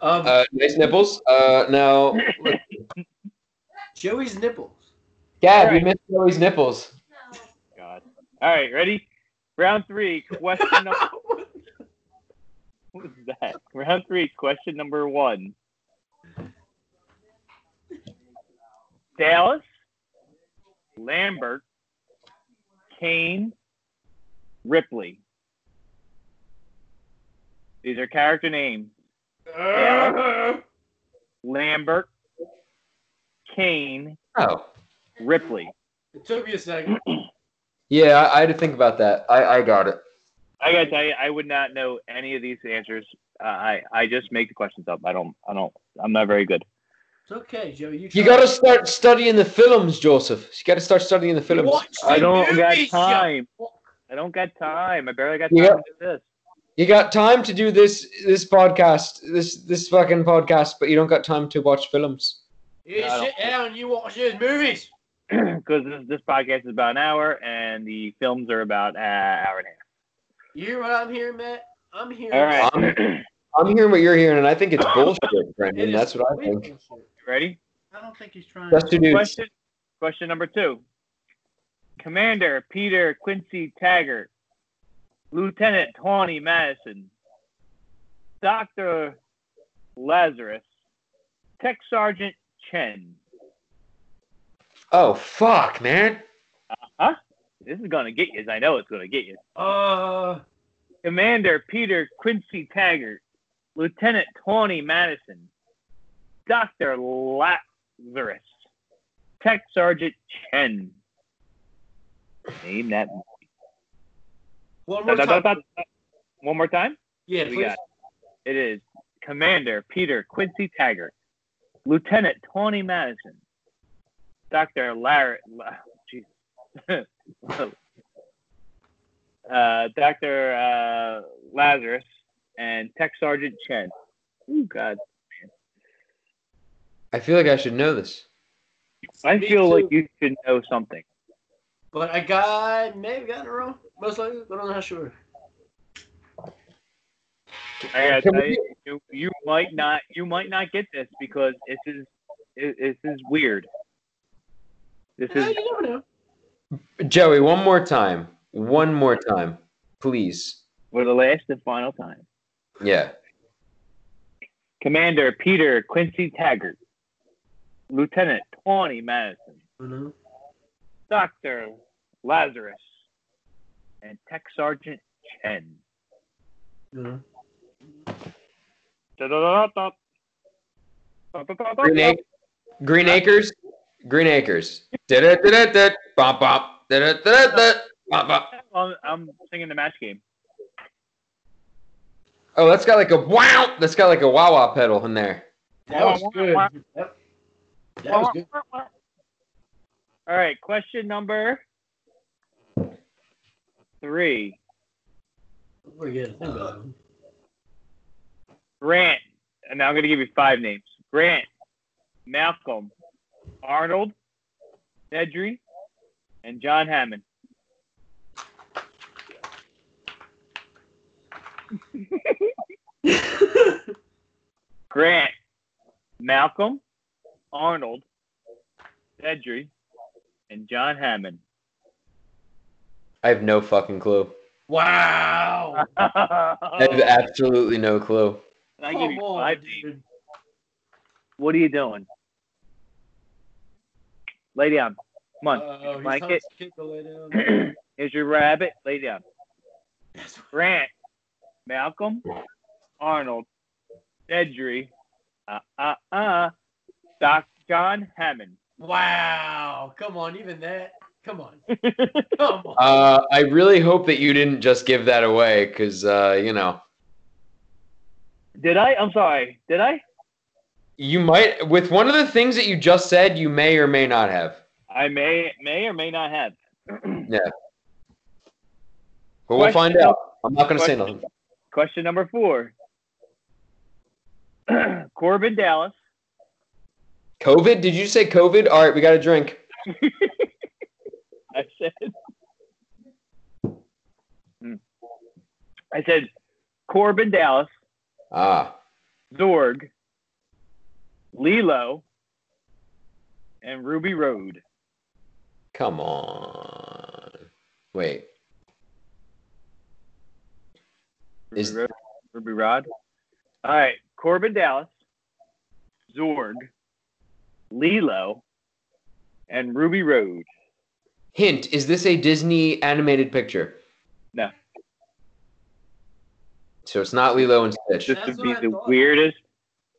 Speaker 3: Um,
Speaker 2: Uh, nice nipples. Uh, now, look,
Speaker 3: Joey's nipples.
Speaker 2: Gab,
Speaker 1: All
Speaker 2: you
Speaker 1: right.
Speaker 2: missed Joey's nipples.
Speaker 1: God. All right, ready? Round three, question number. what was that? Round three, question number one. Dallas, Lambert, Kane, Ripley. These are character names. Dallas, Lambert, Kane,
Speaker 2: Oh.
Speaker 1: Ripley.
Speaker 3: It took me a second.
Speaker 2: Yeah, I, I had to think about that. I, I got it.
Speaker 1: I gotta tell you, I would not know any of these answers. Uh, I I just make the questions up. I don't. I don't. I'm not very good.
Speaker 3: It's okay, Joey. You,
Speaker 2: You
Speaker 3: tried.
Speaker 2: got to start studying the films, Joseph. You got to start studying the films.
Speaker 3: Watch
Speaker 1: I
Speaker 3: the
Speaker 1: don't got
Speaker 3: movies, yo.
Speaker 1: time. I don't got time. I barely got time
Speaker 2: Yeah.
Speaker 1: to do this.
Speaker 2: You got time to do this this podcast, this this fucking podcast, but you don't got time to watch films.
Speaker 3: You
Speaker 1: I don't-
Speaker 3: sit down. You watch those movies.
Speaker 1: Because this, this podcast is about an hour, and the films are about an hour and a
Speaker 3: You hear what I'm hearing, Matt? I'm hearing.
Speaker 1: half. All right,
Speaker 2: I'm hearing what you're hearing, and I think it's bullshit,
Speaker 3: It
Speaker 2: Brendan.
Speaker 3: is
Speaker 2: That's what I
Speaker 3: complete
Speaker 2: think.
Speaker 3: bullshit.
Speaker 1: ready?
Speaker 6: I don't think he's trying.
Speaker 2: That's two dudes.
Speaker 1: Question. Question number two. Commander Peter Quincy Taggart, Lieutenant Tawny Madison, Doctor Lazarus, Tech Sergeant Chen.
Speaker 2: Oh fuck, man.
Speaker 1: This is gonna get you. I know it's gonna get you.
Speaker 3: Uh,
Speaker 1: It Commander Peter Quincy Taggart, Lieutenant Tawny Madison, Dr. Lazarus, Tech Sergeant Chen. Name that.
Speaker 6: One
Speaker 1: Da,
Speaker 6: more
Speaker 1: da, da,
Speaker 6: time.
Speaker 1: da, da. One more time.
Speaker 6: Yeah,
Speaker 1: We
Speaker 6: please.
Speaker 1: got it is Commander Peter Quincy Taggart, Lieutenant Tony Madison, Doctor Larry, La- jeez. uh, Doctor uh, Lazarus, and Tech Sergeant Chen. Oh God,
Speaker 2: I feel like I should know this.
Speaker 1: I
Speaker 6: Me
Speaker 1: feel
Speaker 6: too.
Speaker 1: like you should know something.
Speaker 3: But I got maybe got it wrong. Most likely, but I'm not sure.
Speaker 1: I gotta
Speaker 2: Can we
Speaker 1: tell you, you, you might not, you might not get this because this is, it- this is weird. This
Speaker 3: Yeah,
Speaker 1: is
Speaker 3: you never know.
Speaker 2: Joey, one more time. One more time. Please.
Speaker 1: for the last and final time.
Speaker 2: Yeah.
Speaker 1: Commander Peter Quincy Taggart, Lieutenant Tawny Madison,
Speaker 3: Mhm.
Speaker 1: Doctor Lazarus, and Tech Sergeant Chen.
Speaker 3: Mhm.
Speaker 1: Da-da-da-da-da.
Speaker 2: Green, Ac- Green Acres. Green Acres. Da-da-da-da-da. Bop, bop. Da-da-da-da-da. Bop, bop.
Speaker 1: I'm, I'm singing the match game.
Speaker 2: Oh, that's got like a wow. That's got like a wah wah pedal in there.
Speaker 3: That was good. Yep. That was good.
Speaker 1: All right, question number three.
Speaker 3: We're good. Think about it.
Speaker 1: Grant, and I'm going to give you five names Grant, Malcolm, Arnold, Nedry, and John Hammond. Grant, Malcolm, Arnold, Nedry, and John Hammond.
Speaker 2: I have no fucking clue.
Speaker 3: Wow.
Speaker 2: I have
Speaker 1: I
Speaker 2: absolutely no clue.
Speaker 1: give you
Speaker 3: Come on,
Speaker 1: five names.
Speaker 3: dude.
Speaker 1: What are you doing? Lay down. Come on.
Speaker 3: Uh-oh, he's
Speaker 1: Like it.
Speaker 3: telling us Uh, to kick the lay down.
Speaker 1: Here's your rabbit. Lay down. Grant, Malcolm, Arnold, Edry, uh, uh, uh, Doc John Hammond.
Speaker 3: Wow. Come on, even that. Come on. Come on.
Speaker 2: Uh, I really hope that you didn't just give that away because, uh, you know,
Speaker 1: Did I? I'm sorry. Did I?
Speaker 2: you might, with one of the things that you just said, you may or may not have.
Speaker 1: I may, may or may not have.
Speaker 2: But we'll
Speaker 1: Question-
Speaker 2: find out. I'm not going to say
Speaker 1: Question-
Speaker 2: nothing.
Speaker 1: Question number four. Corbin Dallas,
Speaker 2: COVID? Did you say COVID? All right, we got a drink.
Speaker 1: I said. Hmm. I said Corbin Dallas,
Speaker 2: Ah,
Speaker 1: Zorg, Lilo, and Ruby Road.
Speaker 2: come on. Wait.
Speaker 1: Ruby,
Speaker 2: Is-
Speaker 1: Rod. Ruby Rod. All right, Corbin Dallas, Zorg, Lilo, and Ruby Road.
Speaker 2: Hint, is this a Disney animated picture?
Speaker 1: No.
Speaker 2: So it's not Lilo and Stitch.
Speaker 1: This would
Speaker 3: That's what
Speaker 1: be
Speaker 3: I
Speaker 1: the
Speaker 3: thought.
Speaker 1: weirdest.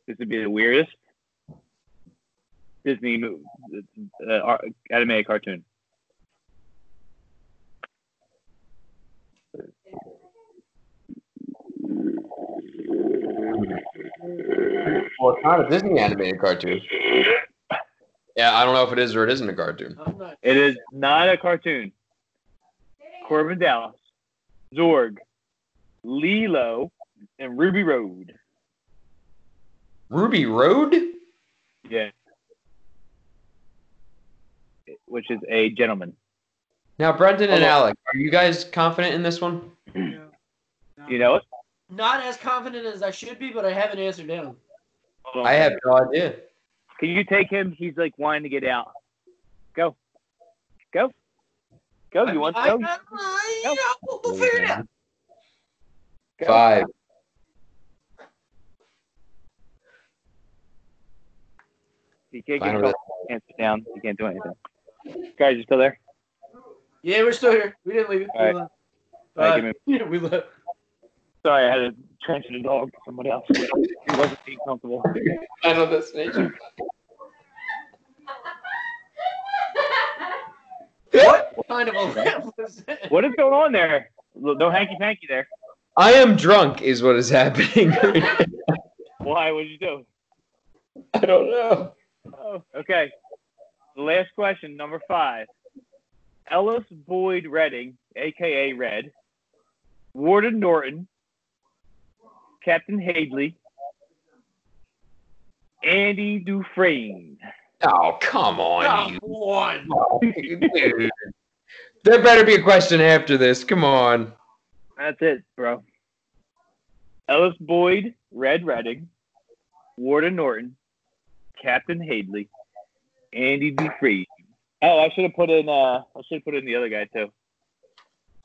Speaker 1: This would be the weirdest Disney movie, uh, ar- animated cartoon.
Speaker 2: Well, it's not a Disney animated cartoon. Yeah, I don't know if it is or it isn't a cartoon.
Speaker 3: I'm not.
Speaker 1: It is not a cartoon. Corbin Dallas, Zorg, Lilo, and Ruby Road.
Speaker 2: Ruby Road?
Speaker 1: Yeah. Which is a gentleman.
Speaker 2: Now, Brendan
Speaker 1: Hold
Speaker 2: and
Speaker 1: on.
Speaker 2: Alec, are you guys confident in this one?
Speaker 1: You know it?
Speaker 3: Not as confident as I should be, but I have an answer down.
Speaker 1: Hold on.
Speaker 2: I have no idea.
Speaker 1: Can you take him? He's like wanting to get out. Go. Go. Go. You want to
Speaker 3: I,
Speaker 1: go?
Speaker 3: I, I,
Speaker 1: Nope.
Speaker 3: we'll- we'll figure it out.
Speaker 1: Go.
Speaker 2: Five,
Speaker 1: You can't get
Speaker 2: Final
Speaker 1: your hands down. You can't do anything. Guys, you still there?
Speaker 3: Yeah, we're still here. We didn't leave.
Speaker 1: All right.
Speaker 3: We left.
Speaker 1: All right,
Speaker 3: Uh,
Speaker 1: give me-
Speaker 3: yeah, we left.
Speaker 1: Sorry, I had to transfer the dog to somebody else. He wasn't being comfortable.
Speaker 6: I know this nature.
Speaker 3: What kind of a laugh was that?
Speaker 1: What is going on there? No hanky panky there.
Speaker 2: I am drunk, is what is happening.
Speaker 1: Why? What did you do?
Speaker 2: I don't know.
Speaker 1: Oh, okay. The last question, number five. Ellis Boyd Redding, aka Red, Warden Norton, Captain Hadley, Andy Dufresne.
Speaker 2: Oh, come on.
Speaker 3: Come on.
Speaker 2: you- dude. There better be a question after this. Come on.
Speaker 1: That's it, bro. Ellis Boyd, Red Redding, Warden Norton, Captain Hadley, Andy Dufresne. Oh, I should have put in. Uh, I should have put in the other guy too.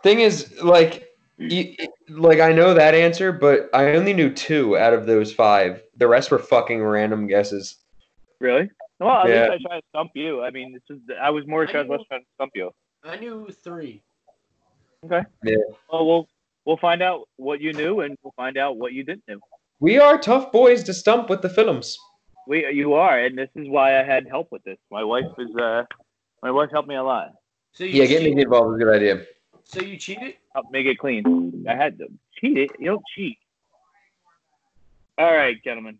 Speaker 2: Thing is, like, you, like I know that answer, but I only knew two out of those five. The rest were fucking random guesses.
Speaker 1: Really? Well, at
Speaker 2: Yeah.
Speaker 1: least I tried to stump you. I mean, this is. I was more trying less trying to stump you.
Speaker 3: I knew three.
Speaker 1: Well, we'll we'll find out what you knew, and we'll find out what you didn't know.
Speaker 2: We are tough boys to stump with the films.
Speaker 1: We, you are, and this is why I had help with this. My wife is. Uh, my wife helped me a lot.
Speaker 3: So you
Speaker 2: Yeah, getting
Speaker 3: cheated.
Speaker 2: me involved is a good idea.
Speaker 3: So you cheated?
Speaker 1: help make it clean. I had to cheat it. You don't cheat. All right, gentlemen,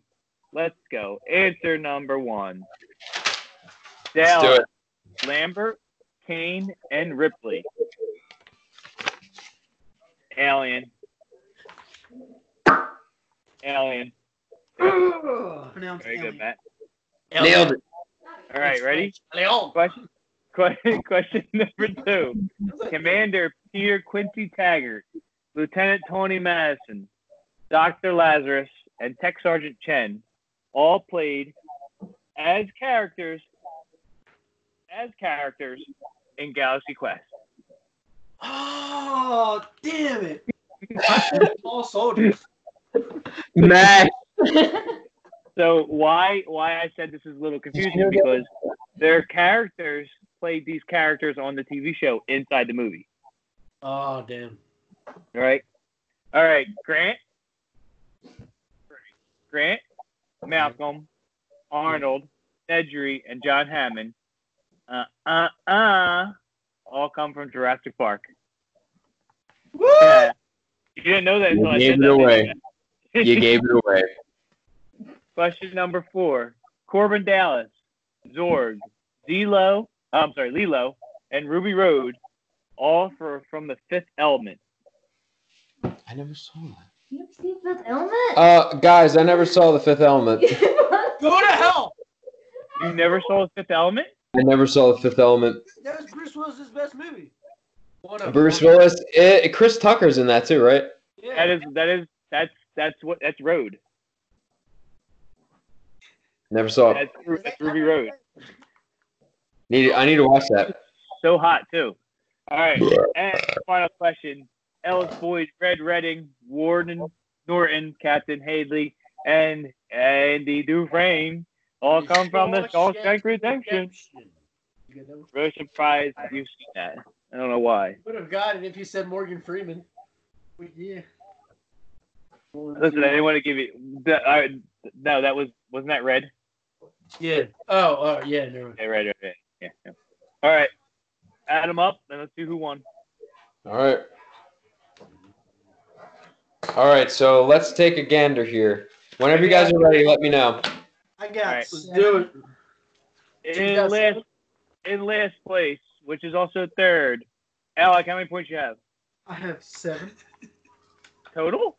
Speaker 1: let's go. Answer number one.
Speaker 2: Let's do
Speaker 1: Dallas,
Speaker 2: it.
Speaker 1: Lambert, Kane, and Ripley. Alien. Alien.
Speaker 3: Pronounced
Speaker 1: Very good,
Speaker 3: alien.
Speaker 1: Matt.
Speaker 3: Alien.
Speaker 2: Nailed it.
Speaker 1: All right, ready?
Speaker 3: Leon.
Speaker 1: Question. que- Question number two. Commander Peter Quincy Taggart, Lieutenant Tony Madison, Dr. Lazarus, and Tech Sergeant Chen all played as characters as characters in Galaxy Quest.
Speaker 3: Oh, damn it. All soldiers.
Speaker 2: Matt.
Speaker 1: So why why I said this is a little confusing because their characters played these characters on the TV show inside the movie.
Speaker 3: Oh, damn.
Speaker 1: All right. All right, Grant. Grant, Malcolm, Arnold, Nedry, and John Hammond. Uh, uh, uh, all come from Jurassic Park.
Speaker 3: Woo!
Speaker 1: Yeah. You didn't know that until I
Speaker 2: You
Speaker 1: said
Speaker 2: gave
Speaker 1: that.
Speaker 2: it away.
Speaker 1: didn't
Speaker 2: You gave it away.
Speaker 1: Question number four: Corbin Dallas, Zorg, Zelo. I'm sorry, Lilo, and Ruby Road, all for from the Fifth Element.
Speaker 2: I never saw that.
Speaker 8: You see Fifth Element?
Speaker 2: Uh, guys, I never saw The Fifth Element.
Speaker 3: Go to hell.
Speaker 1: You never saw the Fifth Element?
Speaker 2: I never saw The Fifth Element.
Speaker 3: That was Bruce Willis's best movie. One of
Speaker 2: Bruce
Speaker 3: one of-
Speaker 2: Willis. Eh, Chris Tucker's in that too, right?
Speaker 3: Yeah.
Speaker 1: That is that is that's that's what that's Road.
Speaker 2: Never saw it.
Speaker 1: That's, Ru- that's Ruby Road.
Speaker 2: Need, I need to watch that.
Speaker 1: So hot too. All right. And final question: Ellis Boyd, Red Redding, Warden Norton, Captain Hadley, and Andy Dufresne all come from the Shawshank Redemption.
Speaker 3: You get that one?
Speaker 1: Really surprised you've seen that. I don't know why.
Speaker 3: Would have got it if you said Morgan Freeman. But yeah.
Speaker 1: Listen, I didn't want to give you. That, I, no, that was wasn't that Red?
Speaker 3: Yeah. Oh, oh yeah, never mind.
Speaker 1: Yeah, Red, Red, Red. Yeah. yeah. All right. Add them up, and let's see who won.
Speaker 2: All right. All right. So let's take a gander here. Whenever you guys are ready, let me know.
Speaker 3: I got
Speaker 1: Alright.
Speaker 3: seven.
Speaker 1: In last, in last place, which is also third. Alec, how many points you have?
Speaker 6: I have seven.
Speaker 1: Total?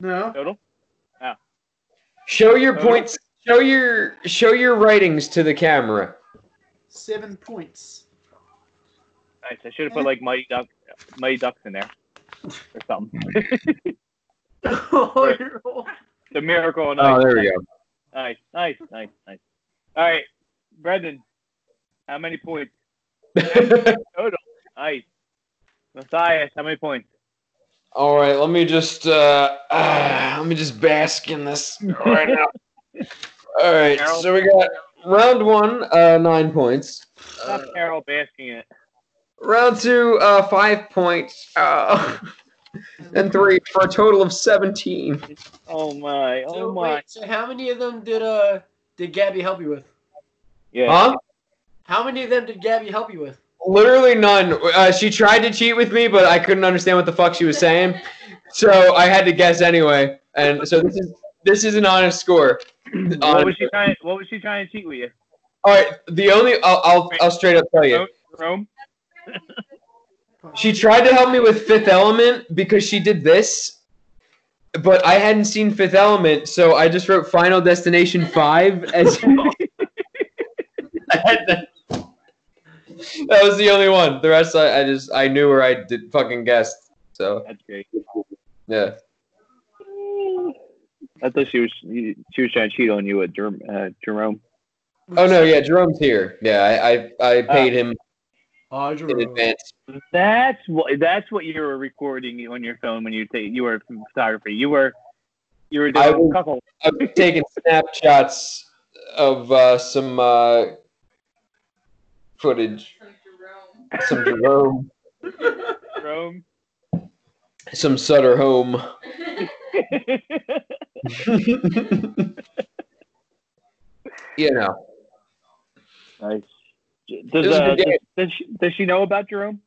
Speaker 6: No.
Speaker 1: Total?
Speaker 2: Show your points. Show your show your writings to the camera.
Speaker 6: Seven points.
Speaker 1: Nice. I should have put like Mighty Duck, Mighty Ducks in there or something.
Speaker 6: oh, you're old.
Speaker 1: The miracle. on
Speaker 2: Oh,
Speaker 1: Ice.
Speaker 2: there we go.
Speaker 1: Nice, nice, nice, nice. All right, Brendan, how many points? Nice. Matthias, how many points?
Speaker 2: All right. Let me just uh, ah, let me just bask in this right now. All right. So we got round one, uh, nine points.
Speaker 1: Stop Carol basking in it.
Speaker 2: Round two, uh, five points, uh, and three for a total of seventeen.
Speaker 1: Oh my!
Speaker 3: So,
Speaker 1: Oh my!
Speaker 3: wait, so how many of them did uh did Gabby help you with?
Speaker 1: Yeah.
Speaker 2: Huh?
Speaker 3: How many of them did Gabby help you with?
Speaker 2: Literally none. Uh, she tried to cheat with me, but I couldn't understand what the fuck she was saying, so I had to guess anyway. And so this is this is an honest score.
Speaker 1: What
Speaker 2: Uh,
Speaker 1: was she trying? What was she trying to cheat with you?
Speaker 2: All right, the only I'll I'll, I'll straight up tell you.
Speaker 1: Rome?
Speaker 2: She tried to help me with Fifth Element because she did this, but I hadn't seen Fifth Element, so I just wrote Final Destination Five as. I had that. That was the only one. The rest, I, I just I knew where I did fucking guessed. So
Speaker 1: That's great.
Speaker 2: yeah,
Speaker 1: I thought she was she was trying to cheat on you with Jer- uh, Jerome.
Speaker 2: Oh no, yeah, Jerome's here. Yeah, I I, I paid him
Speaker 3: Oh,
Speaker 2: in
Speaker 3: Jerome.
Speaker 2: advance.
Speaker 1: That's what that's what you were recording on your phone when you take you were from photography. You were you were
Speaker 2: I
Speaker 1: doing
Speaker 2: was-
Speaker 1: cuckold.
Speaker 2: i was taking snapshots of uh, some uh, footage, some Jerome,
Speaker 1: Jerome.
Speaker 2: some Sutter home. you know,
Speaker 1: nice. Does,
Speaker 2: It was a
Speaker 1: uh,
Speaker 2: good
Speaker 1: does, does, she, does she know about Jerome?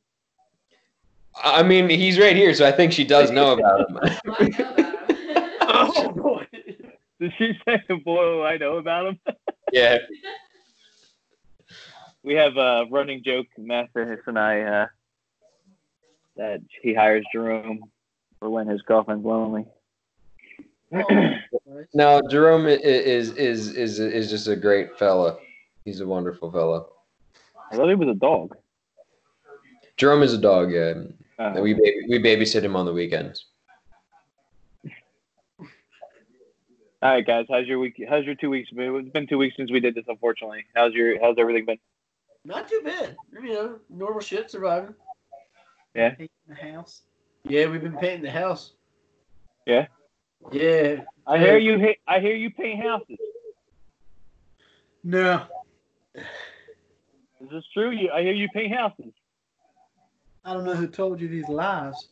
Speaker 2: I mean, he's right here, so I think she does know about him.
Speaker 3: Oh boy.
Speaker 1: Does she say, "Boy, oh, I know about him"?
Speaker 2: yeah,
Speaker 1: We have a running joke, Master Hiss and I, uh, that he hires Jerome for when his girlfriend's lonely.
Speaker 3: Oh,
Speaker 2: no, Jerome i- i- is is is is just a great fella. He's a wonderful fella.
Speaker 1: I thought he was a dog.
Speaker 2: Jerome is a dog. Yeah,
Speaker 1: Uh,
Speaker 2: And we baby, we babysit him on the weekends.
Speaker 1: All right, guys. How's your week? How's your two weeks been? It's been two weeks since we did this, unfortunately. How's your? How's everything been?
Speaker 3: Not too bad. You know, normal shit, surviving.
Speaker 6: Hate in the house.
Speaker 3: Yeah, we've been painting the house.
Speaker 1: Yeah?
Speaker 3: Yeah.
Speaker 1: I hear you. ha- I hear you paint houses.
Speaker 6: No.
Speaker 1: Is this true? You, I hear you paint houses.
Speaker 6: I don't know who told you these lies.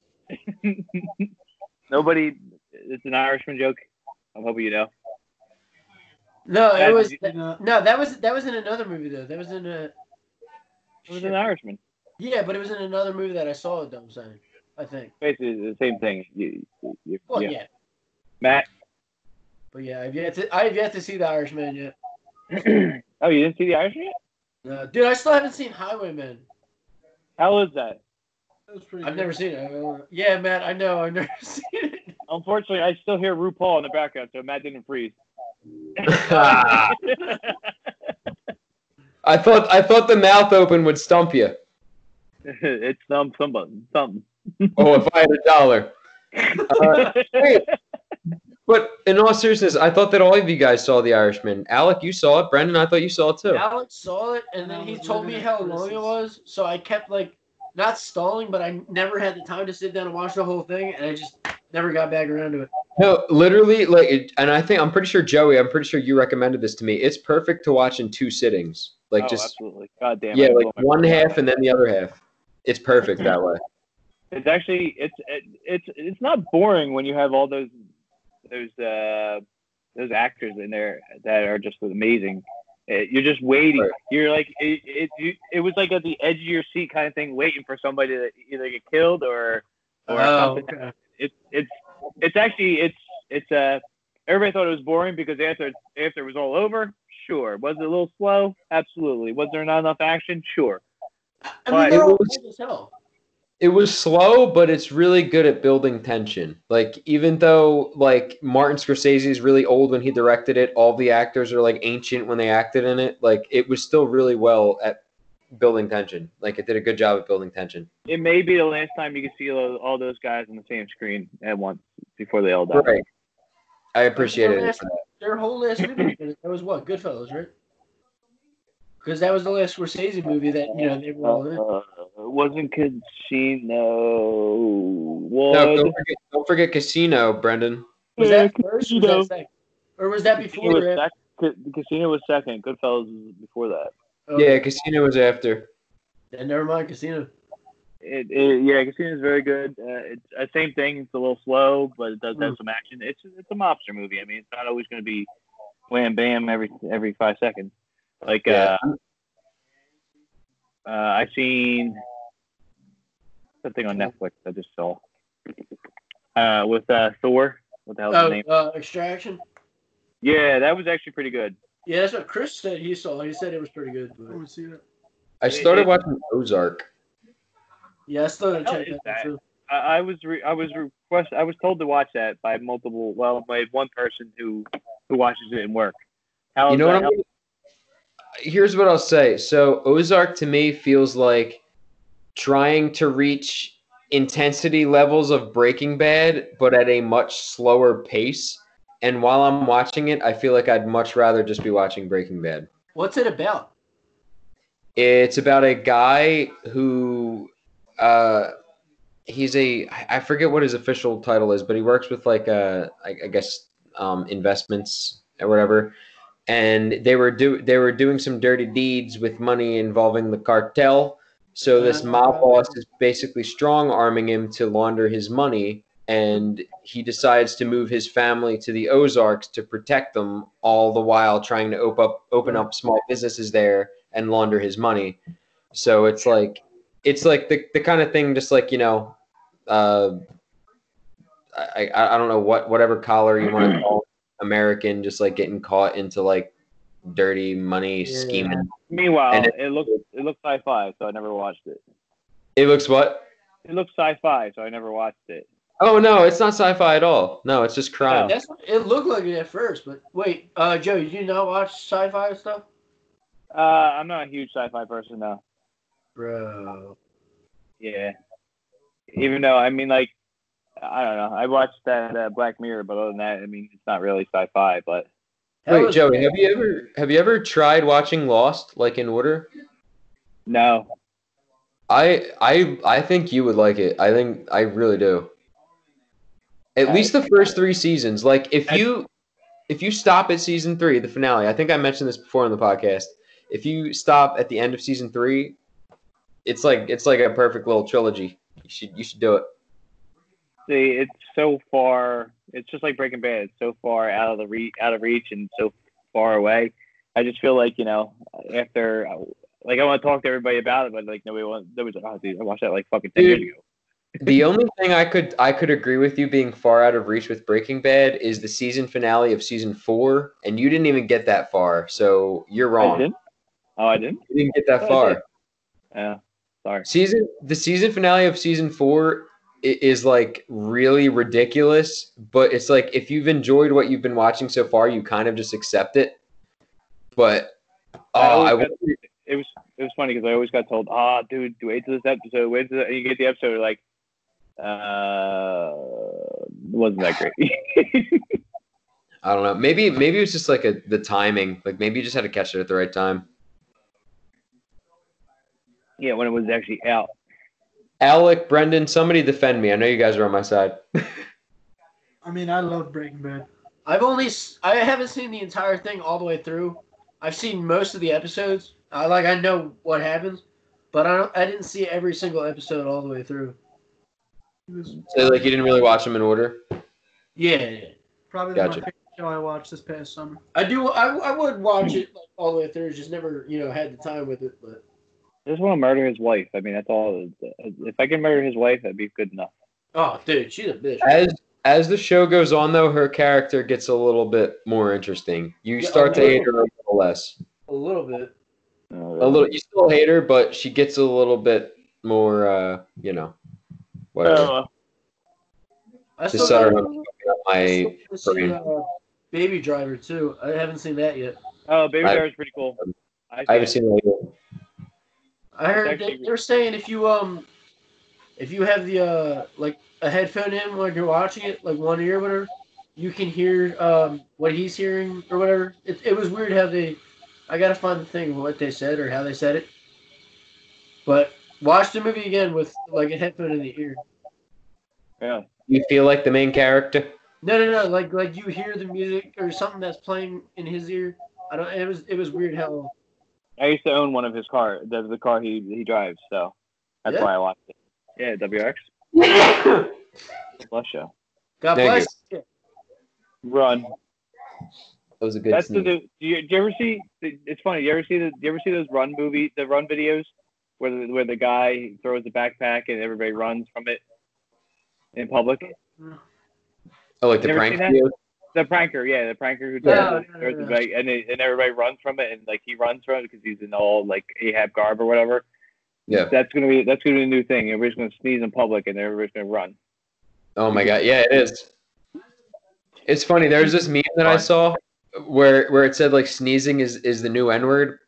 Speaker 1: Nobody. It's an Irishman joke. I'm hoping you know.
Speaker 3: No,
Speaker 1: Yeah,
Speaker 3: it was
Speaker 1: did
Speaker 6: You know,
Speaker 3: no, that was that was in another movie though. That was in a
Speaker 1: It was an Irishman.
Speaker 3: yeah, but it was in another movie that I saw a dumb sign. I think.
Speaker 1: Basically, the same thing. You, you- you-
Speaker 3: Well,
Speaker 1: yeah.
Speaker 3: yeah.
Speaker 1: Matt.
Speaker 3: But yeah, I've yet to I've yet to see the Irishman yet.
Speaker 1: oh, you didn't see the Irishman? Yet?
Speaker 3: No, dude, I still haven't seen Highwayman.
Speaker 1: How is that?
Speaker 6: that was pretty
Speaker 3: I've
Speaker 6: good.
Speaker 3: never seen it. I don't- Yeah, Matt, I know. I've never seen it.
Speaker 1: Unfortunately, I still hear RuPaul in the background, so Matt didn't freeze.
Speaker 2: I thought I thought the mouth open would stump you.
Speaker 1: it's some something something.
Speaker 2: Oh, if I had a dollar. Uh, wait. But in all seriousness, I thought that all of you guys saw The Irishman. Alec, you saw it. Brendan, I thought you saw it too.
Speaker 3: Alex saw it, and then
Speaker 6: I
Speaker 3: he
Speaker 6: was
Speaker 3: told me
Speaker 6: looking
Speaker 3: how
Speaker 6: at
Speaker 3: long it
Speaker 6: Chris's.
Speaker 3: was, so I kept like not stalling, but I never had the time to sit down and watch the whole thing, and I just never got back around to it.
Speaker 2: No, literally, like, it- and I think I'm pretty sure Joey. I'm pretty sure you recommended this to me. It's perfect to watch in two sittings, like
Speaker 1: oh,
Speaker 2: just
Speaker 1: absolutely. God damn.
Speaker 2: yeah,
Speaker 1: it.
Speaker 2: like one half and then the other half. It's perfect that way.
Speaker 1: It's actually it's it, it's it's not boring when you have all those those uh those actors in there that are just amazing. It, you're just waiting.
Speaker 2: Right.
Speaker 1: You're like it it, you, it was like at the edge of your seat kind of thing, waiting for somebody to either get killed or or something.
Speaker 3: okay.
Speaker 1: It's it's it's actually it's it's uh everybody thought it was boring because after after it was all over, sure. Was it a little slow? Absolutely. Was there not enough action? Sure.
Speaker 3: I
Speaker 1: But-
Speaker 3: mean, they're
Speaker 2: It
Speaker 3: all
Speaker 2: was-
Speaker 3: old as hell.
Speaker 2: it was slow, but it's really good at building tension. Like even though like Martin Scorsese is really old when he directed it, all the actors are like ancient when they acted in it. Like it was still really well at building tension. Like it did a good job at building tension.
Speaker 1: It may be the last time you can see all, all those guys on the same screen at once before they all die.
Speaker 2: Right. I appreciate
Speaker 3: Their
Speaker 2: it.
Speaker 3: last- Their whole last movie that was what Goodfellas, right? Because that was the last Scorsese movie that you know they were all in.
Speaker 1: Uh, wasn't Casino
Speaker 2: No, don't
Speaker 1: Wood?
Speaker 2: forget, don't forget Casino, Brendan.
Speaker 3: Was that first? Or was
Speaker 1: Casino.
Speaker 3: that second? Or was that
Speaker 1: Casino was
Speaker 3: before? it?
Speaker 1: sec- Ca- Casino was second. Goodfellas was before that.
Speaker 3: Oh,
Speaker 2: Yeah, Casino was after.
Speaker 3: Then never mind, Casino.
Speaker 1: It, it, yeah, Casino's very good. Uh, it's uh, same thing. It's a little slow, but it does
Speaker 2: Mm.
Speaker 1: have some action. It's it's a mobster movie. I mean, it's not always going to be wham bam every every five seconds. Like
Speaker 2: Yeah.
Speaker 1: uh, uh, I seen something on Netflix. I just saw uh, with uh, Thor. What the hell's his
Speaker 3: Oh,
Speaker 1: name?
Speaker 3: uh, Extraction.
Speaker 1: Yeah, that was actually pretty good.
Speaker 3: Yeah, that's what Chris said. He saw. He said it was pretty good.
Speaker 6: I
Speaker 3: But
Speaker 6: want to see that.
Speaker 2: I started watching Ozark.
Speaker 3: yeah, I still gotta
Speaker 1: Hell
Speaker 3: check
Speaker 1: is
Speaker 3: that.
Speaker 1: that?
Speaker 3: out, too.
Speaker 1: I, I was re- I was request I was told to watch that by multiple well by one person who who watches it in work. How
Speaker 2: You know what?
Speaker 1: the
Speaker 2: I'm,
Speaker 1: hell-
Speaker 2: here's what I'll say. So Ozark to me feels like trying to reach intensity levels of Breaking Bad, but at a much slower pace. And while I'm watching it, I feel like I'd much rather just be watching Breaking Bad.
Speaker 3: What's it about?
Speaker 2: It's about a guy who uh he's a I- I forget what his official title is, but he works with like uh I, I guess um investments or whatever. And they were do they were doing some dirty deeds with money involving the cartel. So this mob boss is basically strong arming him to launder his money and he decides to move his family to the Ozarks to protect them, all the while trying to open up open up small businesses there and launder his money. So it's like it's like the, the kind of thing just like, you know, uh, I, I I don't know what whatever collar you want to call it, American, just like getting caught into like dirty money
Speaker 3: Yeah.
Speaker 2: scheming.
Speaker 1: Meanwhile,
Speaker 2: And
Speaker 1: it, looks it looks sci-fi, so I never watched it.
Speaker 2: It looks what?
Speaker 1: It looks sci-fi, so I never watched it.
Speaker 2: Oh no, it's not sci-fi at all. No, it's just crime.
Speaker 3: That's what, it looked like it at first, but wait, uh, Joe, did you not watch sci-fi stuff?
Speaker 1: Uh, I'm not a huge sci-fi person, though.
Speaker 3: Bro,
Speaker 1: Yeah. Even though I mean, like, I don't know. I watched that uh, Black Mirror, but other than that, I mean, it's not really sci-fi. But
Speaker 3: That
Speaker 2: Wait,
Speaker 3: was-
Speaker 2: Joey, have you ever have you ever tried watching Lost like in order?
Speaker 1: no,
Speaker 2: I I I think you would like it. I think I really do. At
Speaker 1: I-
Speaker 2: least the first 3 seasons. Like if
Speaker 1: I-
Speaker 2: you if you stop at season 3, the finale. I think I mentioned this before on the podcast. If you stop at the end of season 3, it's like it's like a perfect little trilogy. You should you should do it.
Speaker 1: see, it's so far. It's just like Breaking Bad. It's so far out of the re- out of reach and so far away. I just feel like you know, after like I want to talk to everybody about it, but like nobody wants. Nobody's like, oh, dude, I watched that like fucking ten
Speaker 2: Dude,
Speaker 1: years ago.
Speaker 2: the only thing I could I could agree with you being far out of reach with Breaking Bad is the season finale of season 4 and you didn't even get that far. So you're
Speaker 1: I
Speaker 2: wrong.
Speaker 1: didn't. Oh, I didn't.
Speaker 2: You didn't get that
Speaker 1: Oh, I
Speaker 2: far.
Speaker 1: did. Yeah. Sorry.
Speaker 2: Season the season finale of season four i- is like really ridiculous, but it's like if you've enjoyed what you've been watching so far, you kind of just accept it. But oh,
Speaker 1: I always
Speaker 2: I,
Speaker 1: got- it was it was funny because I always got told, "Ah, dude, wait till this episode. Wait till this, and you get the episode." you're Like, uh, wasn't that great?
Speaker 2: I don't know. Maybe maybe it was just like a the timing. Like maybe you just had to catch it at the right time.
Speaker 1: yeah, when it was actually out.
Speaker 2: Alec, Brendan, somebody defend me. I know you guys are on my side.
Speaker 6: I mean, I love Breaking Bad.
Speaker 3: I've only s- I haven't seen the entire thing all the way through. I've seen most of the episodes. I like I know what happens, but I don't, I didn't see every single episode all the way through.
Speaker 6: It was
Speaker 2: So like you didn't really watch them in order.
Speaker 3: Yeah, yeah.
Speaker 6: probably
Speaker 2: Gotcha.
Speaker 6: my favorite show I watched this past summer.
Speaker 3: I do. I, I would watch it like, all the way through. Just never you know had the time with it. But
Speaker 1: I just want to murder his wife. I mean, that's all. If I can murder his wife, that'd be good enough.
Speaker 3: oh, dude, she's a bitch.
Speaker 2: As as the show goes on, though, her character gets a little bit more interesting. You
Speaker 3: Yeah,
Speaker 2: start
Speaker 3: a
Speaker 2: to hate her a little less.
Speaker 3: A little bit.
Speaker 2: a little you still hate her but she gets a little bit more uh you know whatever
Speaker 1: So,
Speaker 3: I
Speaker 2: Just
Speaker 3: still
Speaker 2: set her
Speaker 3: gotta-
Speaker 2: up.
Speaker 3: I
Speaker 2: my
Speaker 3: still wanna see,
Speaker 2: brain.
Speaker 3: uh, Baby Driver too. I haven't seen that yet.
Speaker 1: oh, Baby
Speaker 2: I-
Speaker 1: Driver's pretty cool. I,
Speaker 2: i haven't seen her either.
Speaker 3: I heard they,
Speaker 1: actually-
Speaker 3: they're saying if you um, if you have the uh like a headphone in when you're watching it, like one ear, or whatever, you can hear um what he's hearing or whatever. It, it was weird how they, I gotta find the thing of what they said or how they said it. But watch the movie again with like a headphone in the ear.
Speaker 1: Yeah.
Speaker 2: you feel like the main character
Speaker 3: No, no, no. Like like you hear the music or something that's playing in his ear. I don't. It was it was weird how.
Speaker 1: I used to own one of his car. The, the car he he drives. So that's
Speaker 3: Yeah.
Speaker 1: why I watched it. Yeah, WRX. Bless you.
Speaker 3: God
Speaker 2: Thank
Speaker 3: bless. you.
Speaker 1: Run.
Speaker 2: That was a good.
Speaker 1: That's the.
Speaker 2: sneeze.
Speaker 1: Do you, do you ever see? It's funny. You ever see the? Do you ever see those run movie? The run videos where the, where the guy throws the backpack and everybody runs from it in public.
Speaker 2: oh, like the
Speaker 1: Never
Speaker 2: prank
Speaker 1: seen that?
Speaker 2: video.
Speaker 1: The pranker, yeah, the pranker who
Speaker 3: Yeah.
Speaker 1: throws,
Speaker 3: Yeah,
Speaker 1: throws the
Speaker 3: yeah,
Speaker 1: bag, and it, and everybody runs from it, and like he runs from it because he's an old like Ahab garb or whatever.
Speaker 2: Yeah.
Speaker 1: That's gonna be that's gonna be a new thing. Everybody's gonna sneeze in public, and everybody's gonna run.
Speaker 2: Oh my god, yeah, it is. It's funny. There's this meme that I
Speaker 1: Fine.
Speaker 2: saw where where it said like sneezing is is the new N word.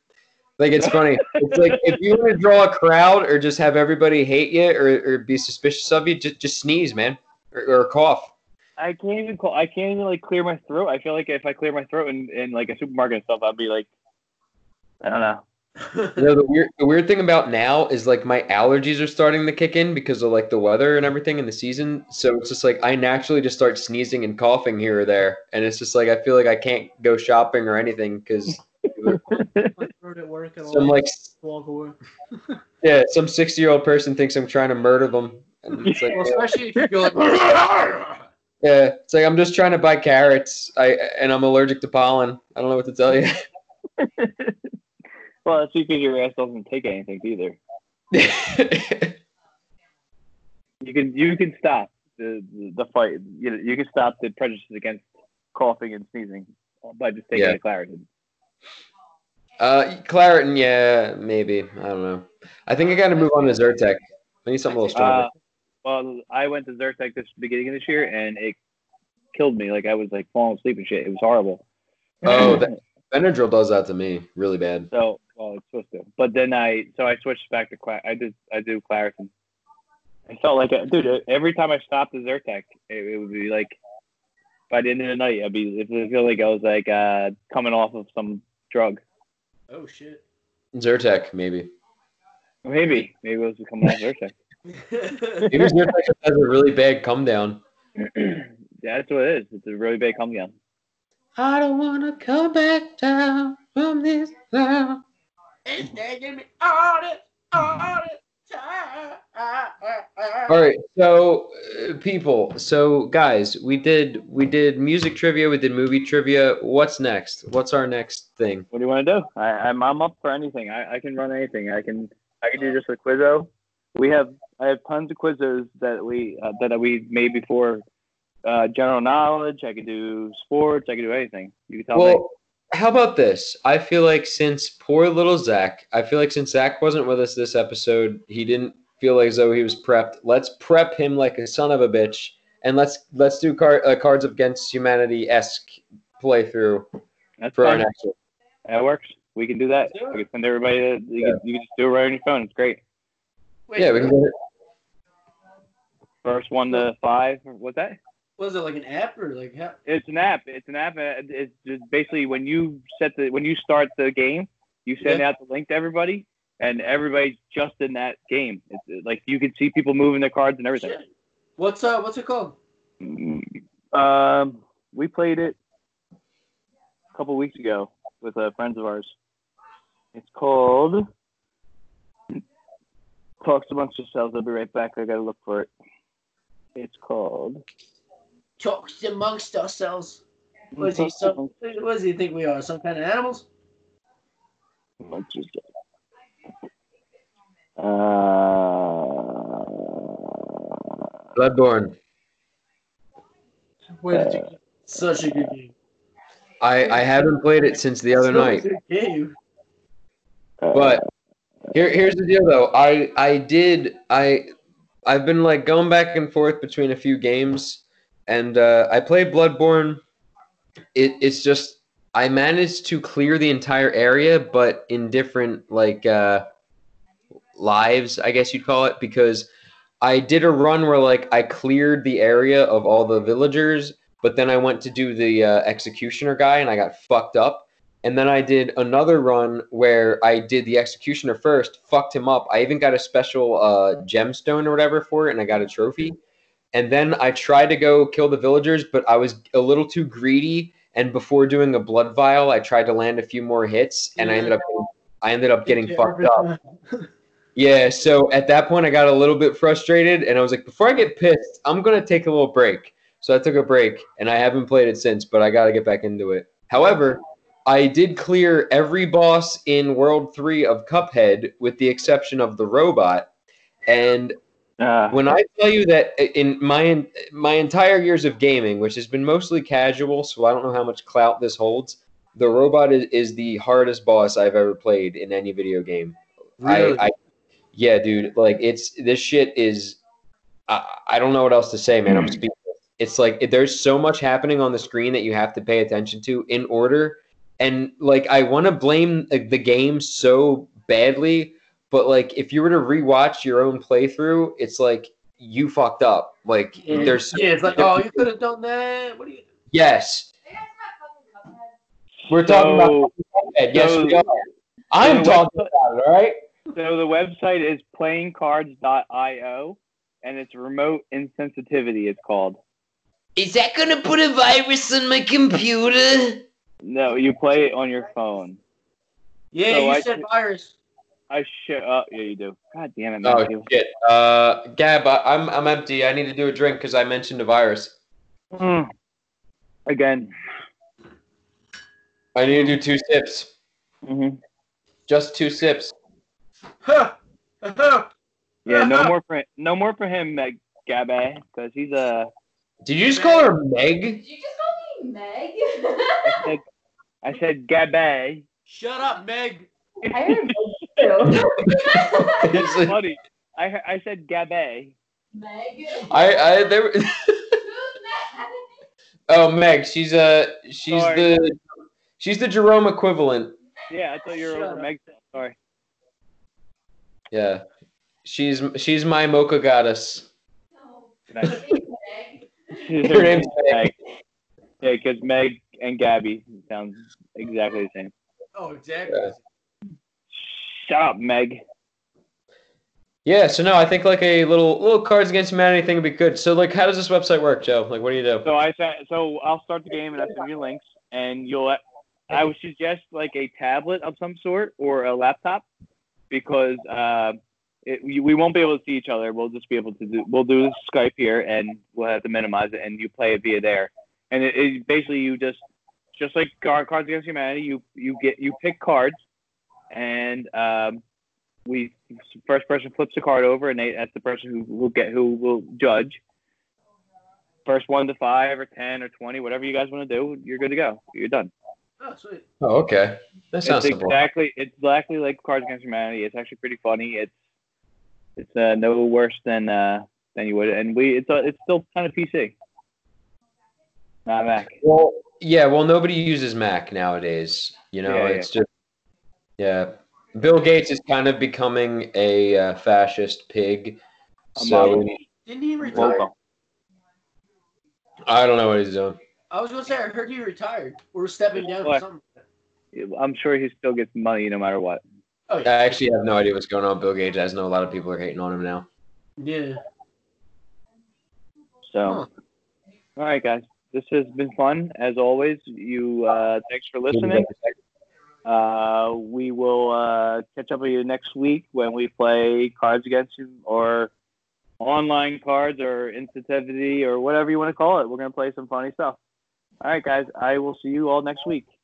Speaker 2: Like it's funny. it's like if you want to draw a crowd or just have everybody hate you or, or be suspicious of you, just just sneeze, man, or, or cough.
Speaker 1: I can't even call. I can't even like clear my throat. I feel like if I clear my throat in, in like a supermarket and stuff, I'd be like, I don't know.
Speaker 2: You know, the weird the weird thing about now is like my allergies are starting to kick in because of like the weather and everything and the season. So it's just like I naturally just start sneezing and coughing here or there, and it's just like I feel like I can't go shopping or anything because
Speaker 3: My throat at work and all
Speaker 2: some
Speaker 3: that.
Speaker 2: like
Speaker 3: walk away.
Speaker 2: Yeah, some sixty-year-old person thinks I'm trying to murder them. And it's like,
Speaker 3: Well, especially if you go like.
Speaker 2: yeah, it's like I'm just trying to buy carrots. I and I'm allergic to pollen. I don't know what to tell you.
Speaker 1: Well, that's because your ass doesn't take anything either. You can you can stop the the, the fight. You know, you can stop the prejudice against coughing and sneezing by just taking
Speaker 2: Yeah.
Speaker 1: the Claritin.
Speaker 2: uh, Claritin, yeah, maybe. I don't know. I think I got to move on to Zyrtec. I need something a little stronger.
Speaker 1: Uh, well, I went to Zyrtec this beginning of this year, and it killed me. Like I was like falling asleep and shit. It was horrible.
Speaker 2: oh, that, Benadryl does that to me really bad.
Speaker 1: So well, it's supposed to. But then I so I switched back to Clar- I did I do Claritin. I felt like dude every time I stopped the Zyrtec, it, it would be like by the end of the night I'd be it would feel like I was like uh, coming off of some drug.
Speaker 3: Oh shit.
Speaker 2: Zyrtec, maybe.
Speaker 1: Maybe maybe it was coming off Zyrtec.
Speaker 2: Maybe Zyrtec has a really bad come down.
Speaker 1: That's what it is. It's a really big come down.
Speaker 2: I don't wanna come back down from this now. All right, so uh, people, so guys, we did we did music trivia, we did movie trivia. What's next? What's our next thing?
Speaker 1: What do you want to do? I, I'm I'm up for anything. I, I can run anything. I can I can do just a quizzo. We have I have tons of quizzos that we uh, that we made before. Uh, general knowledge. I can do sports. I can do anything. You can tell me.
Speaker 2: Well, how about this? I feel like since poor little Zach, I feel like since Zach wasn't with us this episode, he didn't feel as though he was prepped. Let's prep him like a son of a bitch, and let's let's do car, uh, Cards Against Humanity esque playthrough
Speaker 1: That's
Speaker 2: for our
Speaker 1: fine.
Speaker 2: next one.
Speaker 1: That works. We can do that.
Speaker 3: Sure.
Speaker 1: We can send everybody. To, you, can, you can just do it right on your phone. It's great.
Speaker 3: Wait,
Speaker 2: Yeah, we can. do it.
Speaker 1: First one to five. What's that?
Speaker 3: was it like an app or like how?
Speaker 1: It's an app. It's an app. uh, It's just basically when you set the when you start the game, you send out the link to everybody, and everybody's just in that game. It's uh, like you can see people moving their cards and everything.
Speaker 3: Shit. What's uh what's it called?
Speaker 1: Um, we played it a couple weeks ago with uh, friends of ours. It's called Talks Amongst Yourselves. I'll be right back. I gotta look for it. It's called.
Speaker 3: Talks amongst ourselves. What is he some, what does he think we are? Some kind of animals?
Speaker 1: Let's just get Uh,
Speaker 2: Bloodborne.
Speaker 3: Where did you
Speaker 2: uh,
Speaker 3: get such a good game?
Speaker 2: I I haven't played it since the other
Speaker 3: Such
Speaker 2: night.
Speaker 3: a good game.
Speaker 2: But here, here's the deal, though. I I did I I've been like going back and forth between a few games, and uh, I played Bloodborne. It it's just I managed to clear the entire area, but in different like uh, lives, I guess you'd call it, because I did a run where like I cleared the area of all the villagers, but then I went to do the uh, executioner guy, and I got fucked up. And then I did another run where I did the executioner first, fucked him up. I even got a special uh, gemstone or whatever for it, and I got a trophy. And then I tried to go kill the villagers, but I was a little too greedy. And before doing a blood vial, I tried to land a few more hits, and I ended up I ended up getting fucked up. Yeah, so at that point, I got a little bit frustrated, and I was like, before I get pissed, I'm gonna take a little break. So I took a break, and I haven't played it since, but I gotta get back into it. However, I did clear every boss in World Three of Cuphead, with the exception of the robot. And
Speaker 1: Uh,
Speaker 2: when I tell you that in my my entire years of gaming, which has been mostly casual, so I don't know how much clout this holds, the robot is, is the hardest boss I've ever played in any video game.
Speaker 3: Really?
Speaker 2: I, I yeah, dude, like it's this shit is I, I don't know what else to say, man.
Speaker 3: Hmm.
Speaker 2: I'm speechless. It's like it- there's so much happening on the screen that you have to pay attention to in order, and like I want to blame like, the game so badly, but like if you were to rewatch your own playthrough, it's like you fucked up. Like
Speaker 3: Yeah.
Speaker 2: there's
Speaker 3: Hmm. yeah, it's like, oh, you could have done that. What do you?
Speaker 2: yes, we're talking about
Speaker 1: so,
Speaker 2: Cuphead. Yes,
Speaker 1: so-
Speaker 2: we are. I'm
Speaker 1: so
Speaker 2: talking
Speaker 1: what's
Speaker 2: about it. All right.
Speaker 1: so the website is playingcards.io, and it's remote insensitivity. It's called.
Speaker 2: Is that gonna put a virus on my computer?
Speaker 1: No, you play it on your phone.
Speaker 3: Yeah,
Speaker 1: So
Speaker 3: you
Speaker 1: I
Speaker 3: said
Speaker 1: should-
Speaker 3: virus.
Speaker 1: I show up. yeah, you do. God damn it,
Speaker 2: Oh
Speaker 1: Matthew.
Speaker 2: shit. Uh, Gab, I, I'm I'm empty. I need to do a drink because I mentioned a virus.
Speaker 1: Mm. Again.
Speaker 2: I need to do two sips.
Speaker 1: hmm
Speaker 2: Just two sips.
Speaker 3: Huh. Huh.
Speaker 1: Yeah, no more for no more for him, Meg Gabe, because he's a.
Speaker 2: Did you just call her Meg?
Speaker 8: Did you just call me Meg?
Speaker 1: I said, I said Gabe.
Speaker 3: Shut up, Meg.
Speaker 8: I heard Meg too.
Speaker 2: It's like-
Speaker 1: Buddy, I he- I said Gabe.
Speaker 8: Meg.
Speaker 2: I I there.
Speaker 8: Who's
Speaker 2: Oh Meg, she's uh she's
Speaker 1: Sorry.
Speaker 2: the she's the Jerome equivalent.
Speaker 1: Yeah, I thought you were
Speaker 3: Shut
Speaker 1: over
Speaker 3: up.
Speaker 1: Meg. Sorry.
Speaker 2: Yeah, she's she's my mocha goddess.
Speaker 1: Nice.
Speaker 8: Meg? Meg.
Speaker 2: Her name's Meg.
Speaker 1: Yeah, because Meg and Gabby sound exactly the same.
Speaker 3: Oh, exactly.
Speaker 2: Yeah.
Speaker 1: Shut up, Meg.
Speaker 2: Yeah, so no, I think like a little little Cards Against Humanity thing would be good. So like, how does this website work, Joe? Like, what do you do?
Speaker 1: So I sa- so I'll start the game and I send you links and you'll I would suggest like a tablet of some sort or a laptop because uh, it, we we won't be able to see each other. We'll just be able to do we'll do Skype here and we'll have to minimize it and you play it via there. And it, it basically you just just like Gar- Cards Against Humanity, you you get you pick cards and um, we first person flips the card over and they, that's the person who will get who will judge first one to five or ten or twenty, whatever you guys want to do, you're good to go. You're done.
Speaker 3: Oh, sweet.
Speaker 2: Oh, okay, that
Speaker 1: It's
Speaker 2: sounds simple.
Speaker 1: exactly it's exactly like Cards Against Humanity. It's actually pretty funny. It's it's uh, no worse than uh, than you would, and we it's uh, it's still kind of PC, not Mac.
Speaker 2: Well, yeah. Well, nobody uses Mac nowadays. You know,
Speaker 1: Yeah, yeah.
Speaker 2: it's just yeah. Bill Gates is kind of becoming a uh, fascist pig.
Speaker 1: A
Speaker 2: So
Speaker 1: model.
Speaker 3: Didn't he retire?
Speaker 1: Welcome.
Speaker 2: I don't know what he's doing.
Speaker 3: I was gonna say I heard he retired or stepping down
Speaker 1: What?
Speaker 3: or something.
Speaker 1: I'm sure he still gets money no matter what.
Speaker 3: Oh
Speaker 2: I
Speaker 3: yeah.
Speaker 2: actually have no idea what's going on. with Bill Gates. I just know a lot of people are hating on him now.
Speaker 3: Yeah.
Speaker 1: So,
Speaker 3: Huh.
Speaker 1: all right, guys, this has been fun as always. You uh, thanks for listening. Uh, we will uh, catch up with you next week when we play Cards Against You or online cards or insensitivity or whatever you want to call it. We're going to play some funny stuff. All right, guys. I will see you all next week.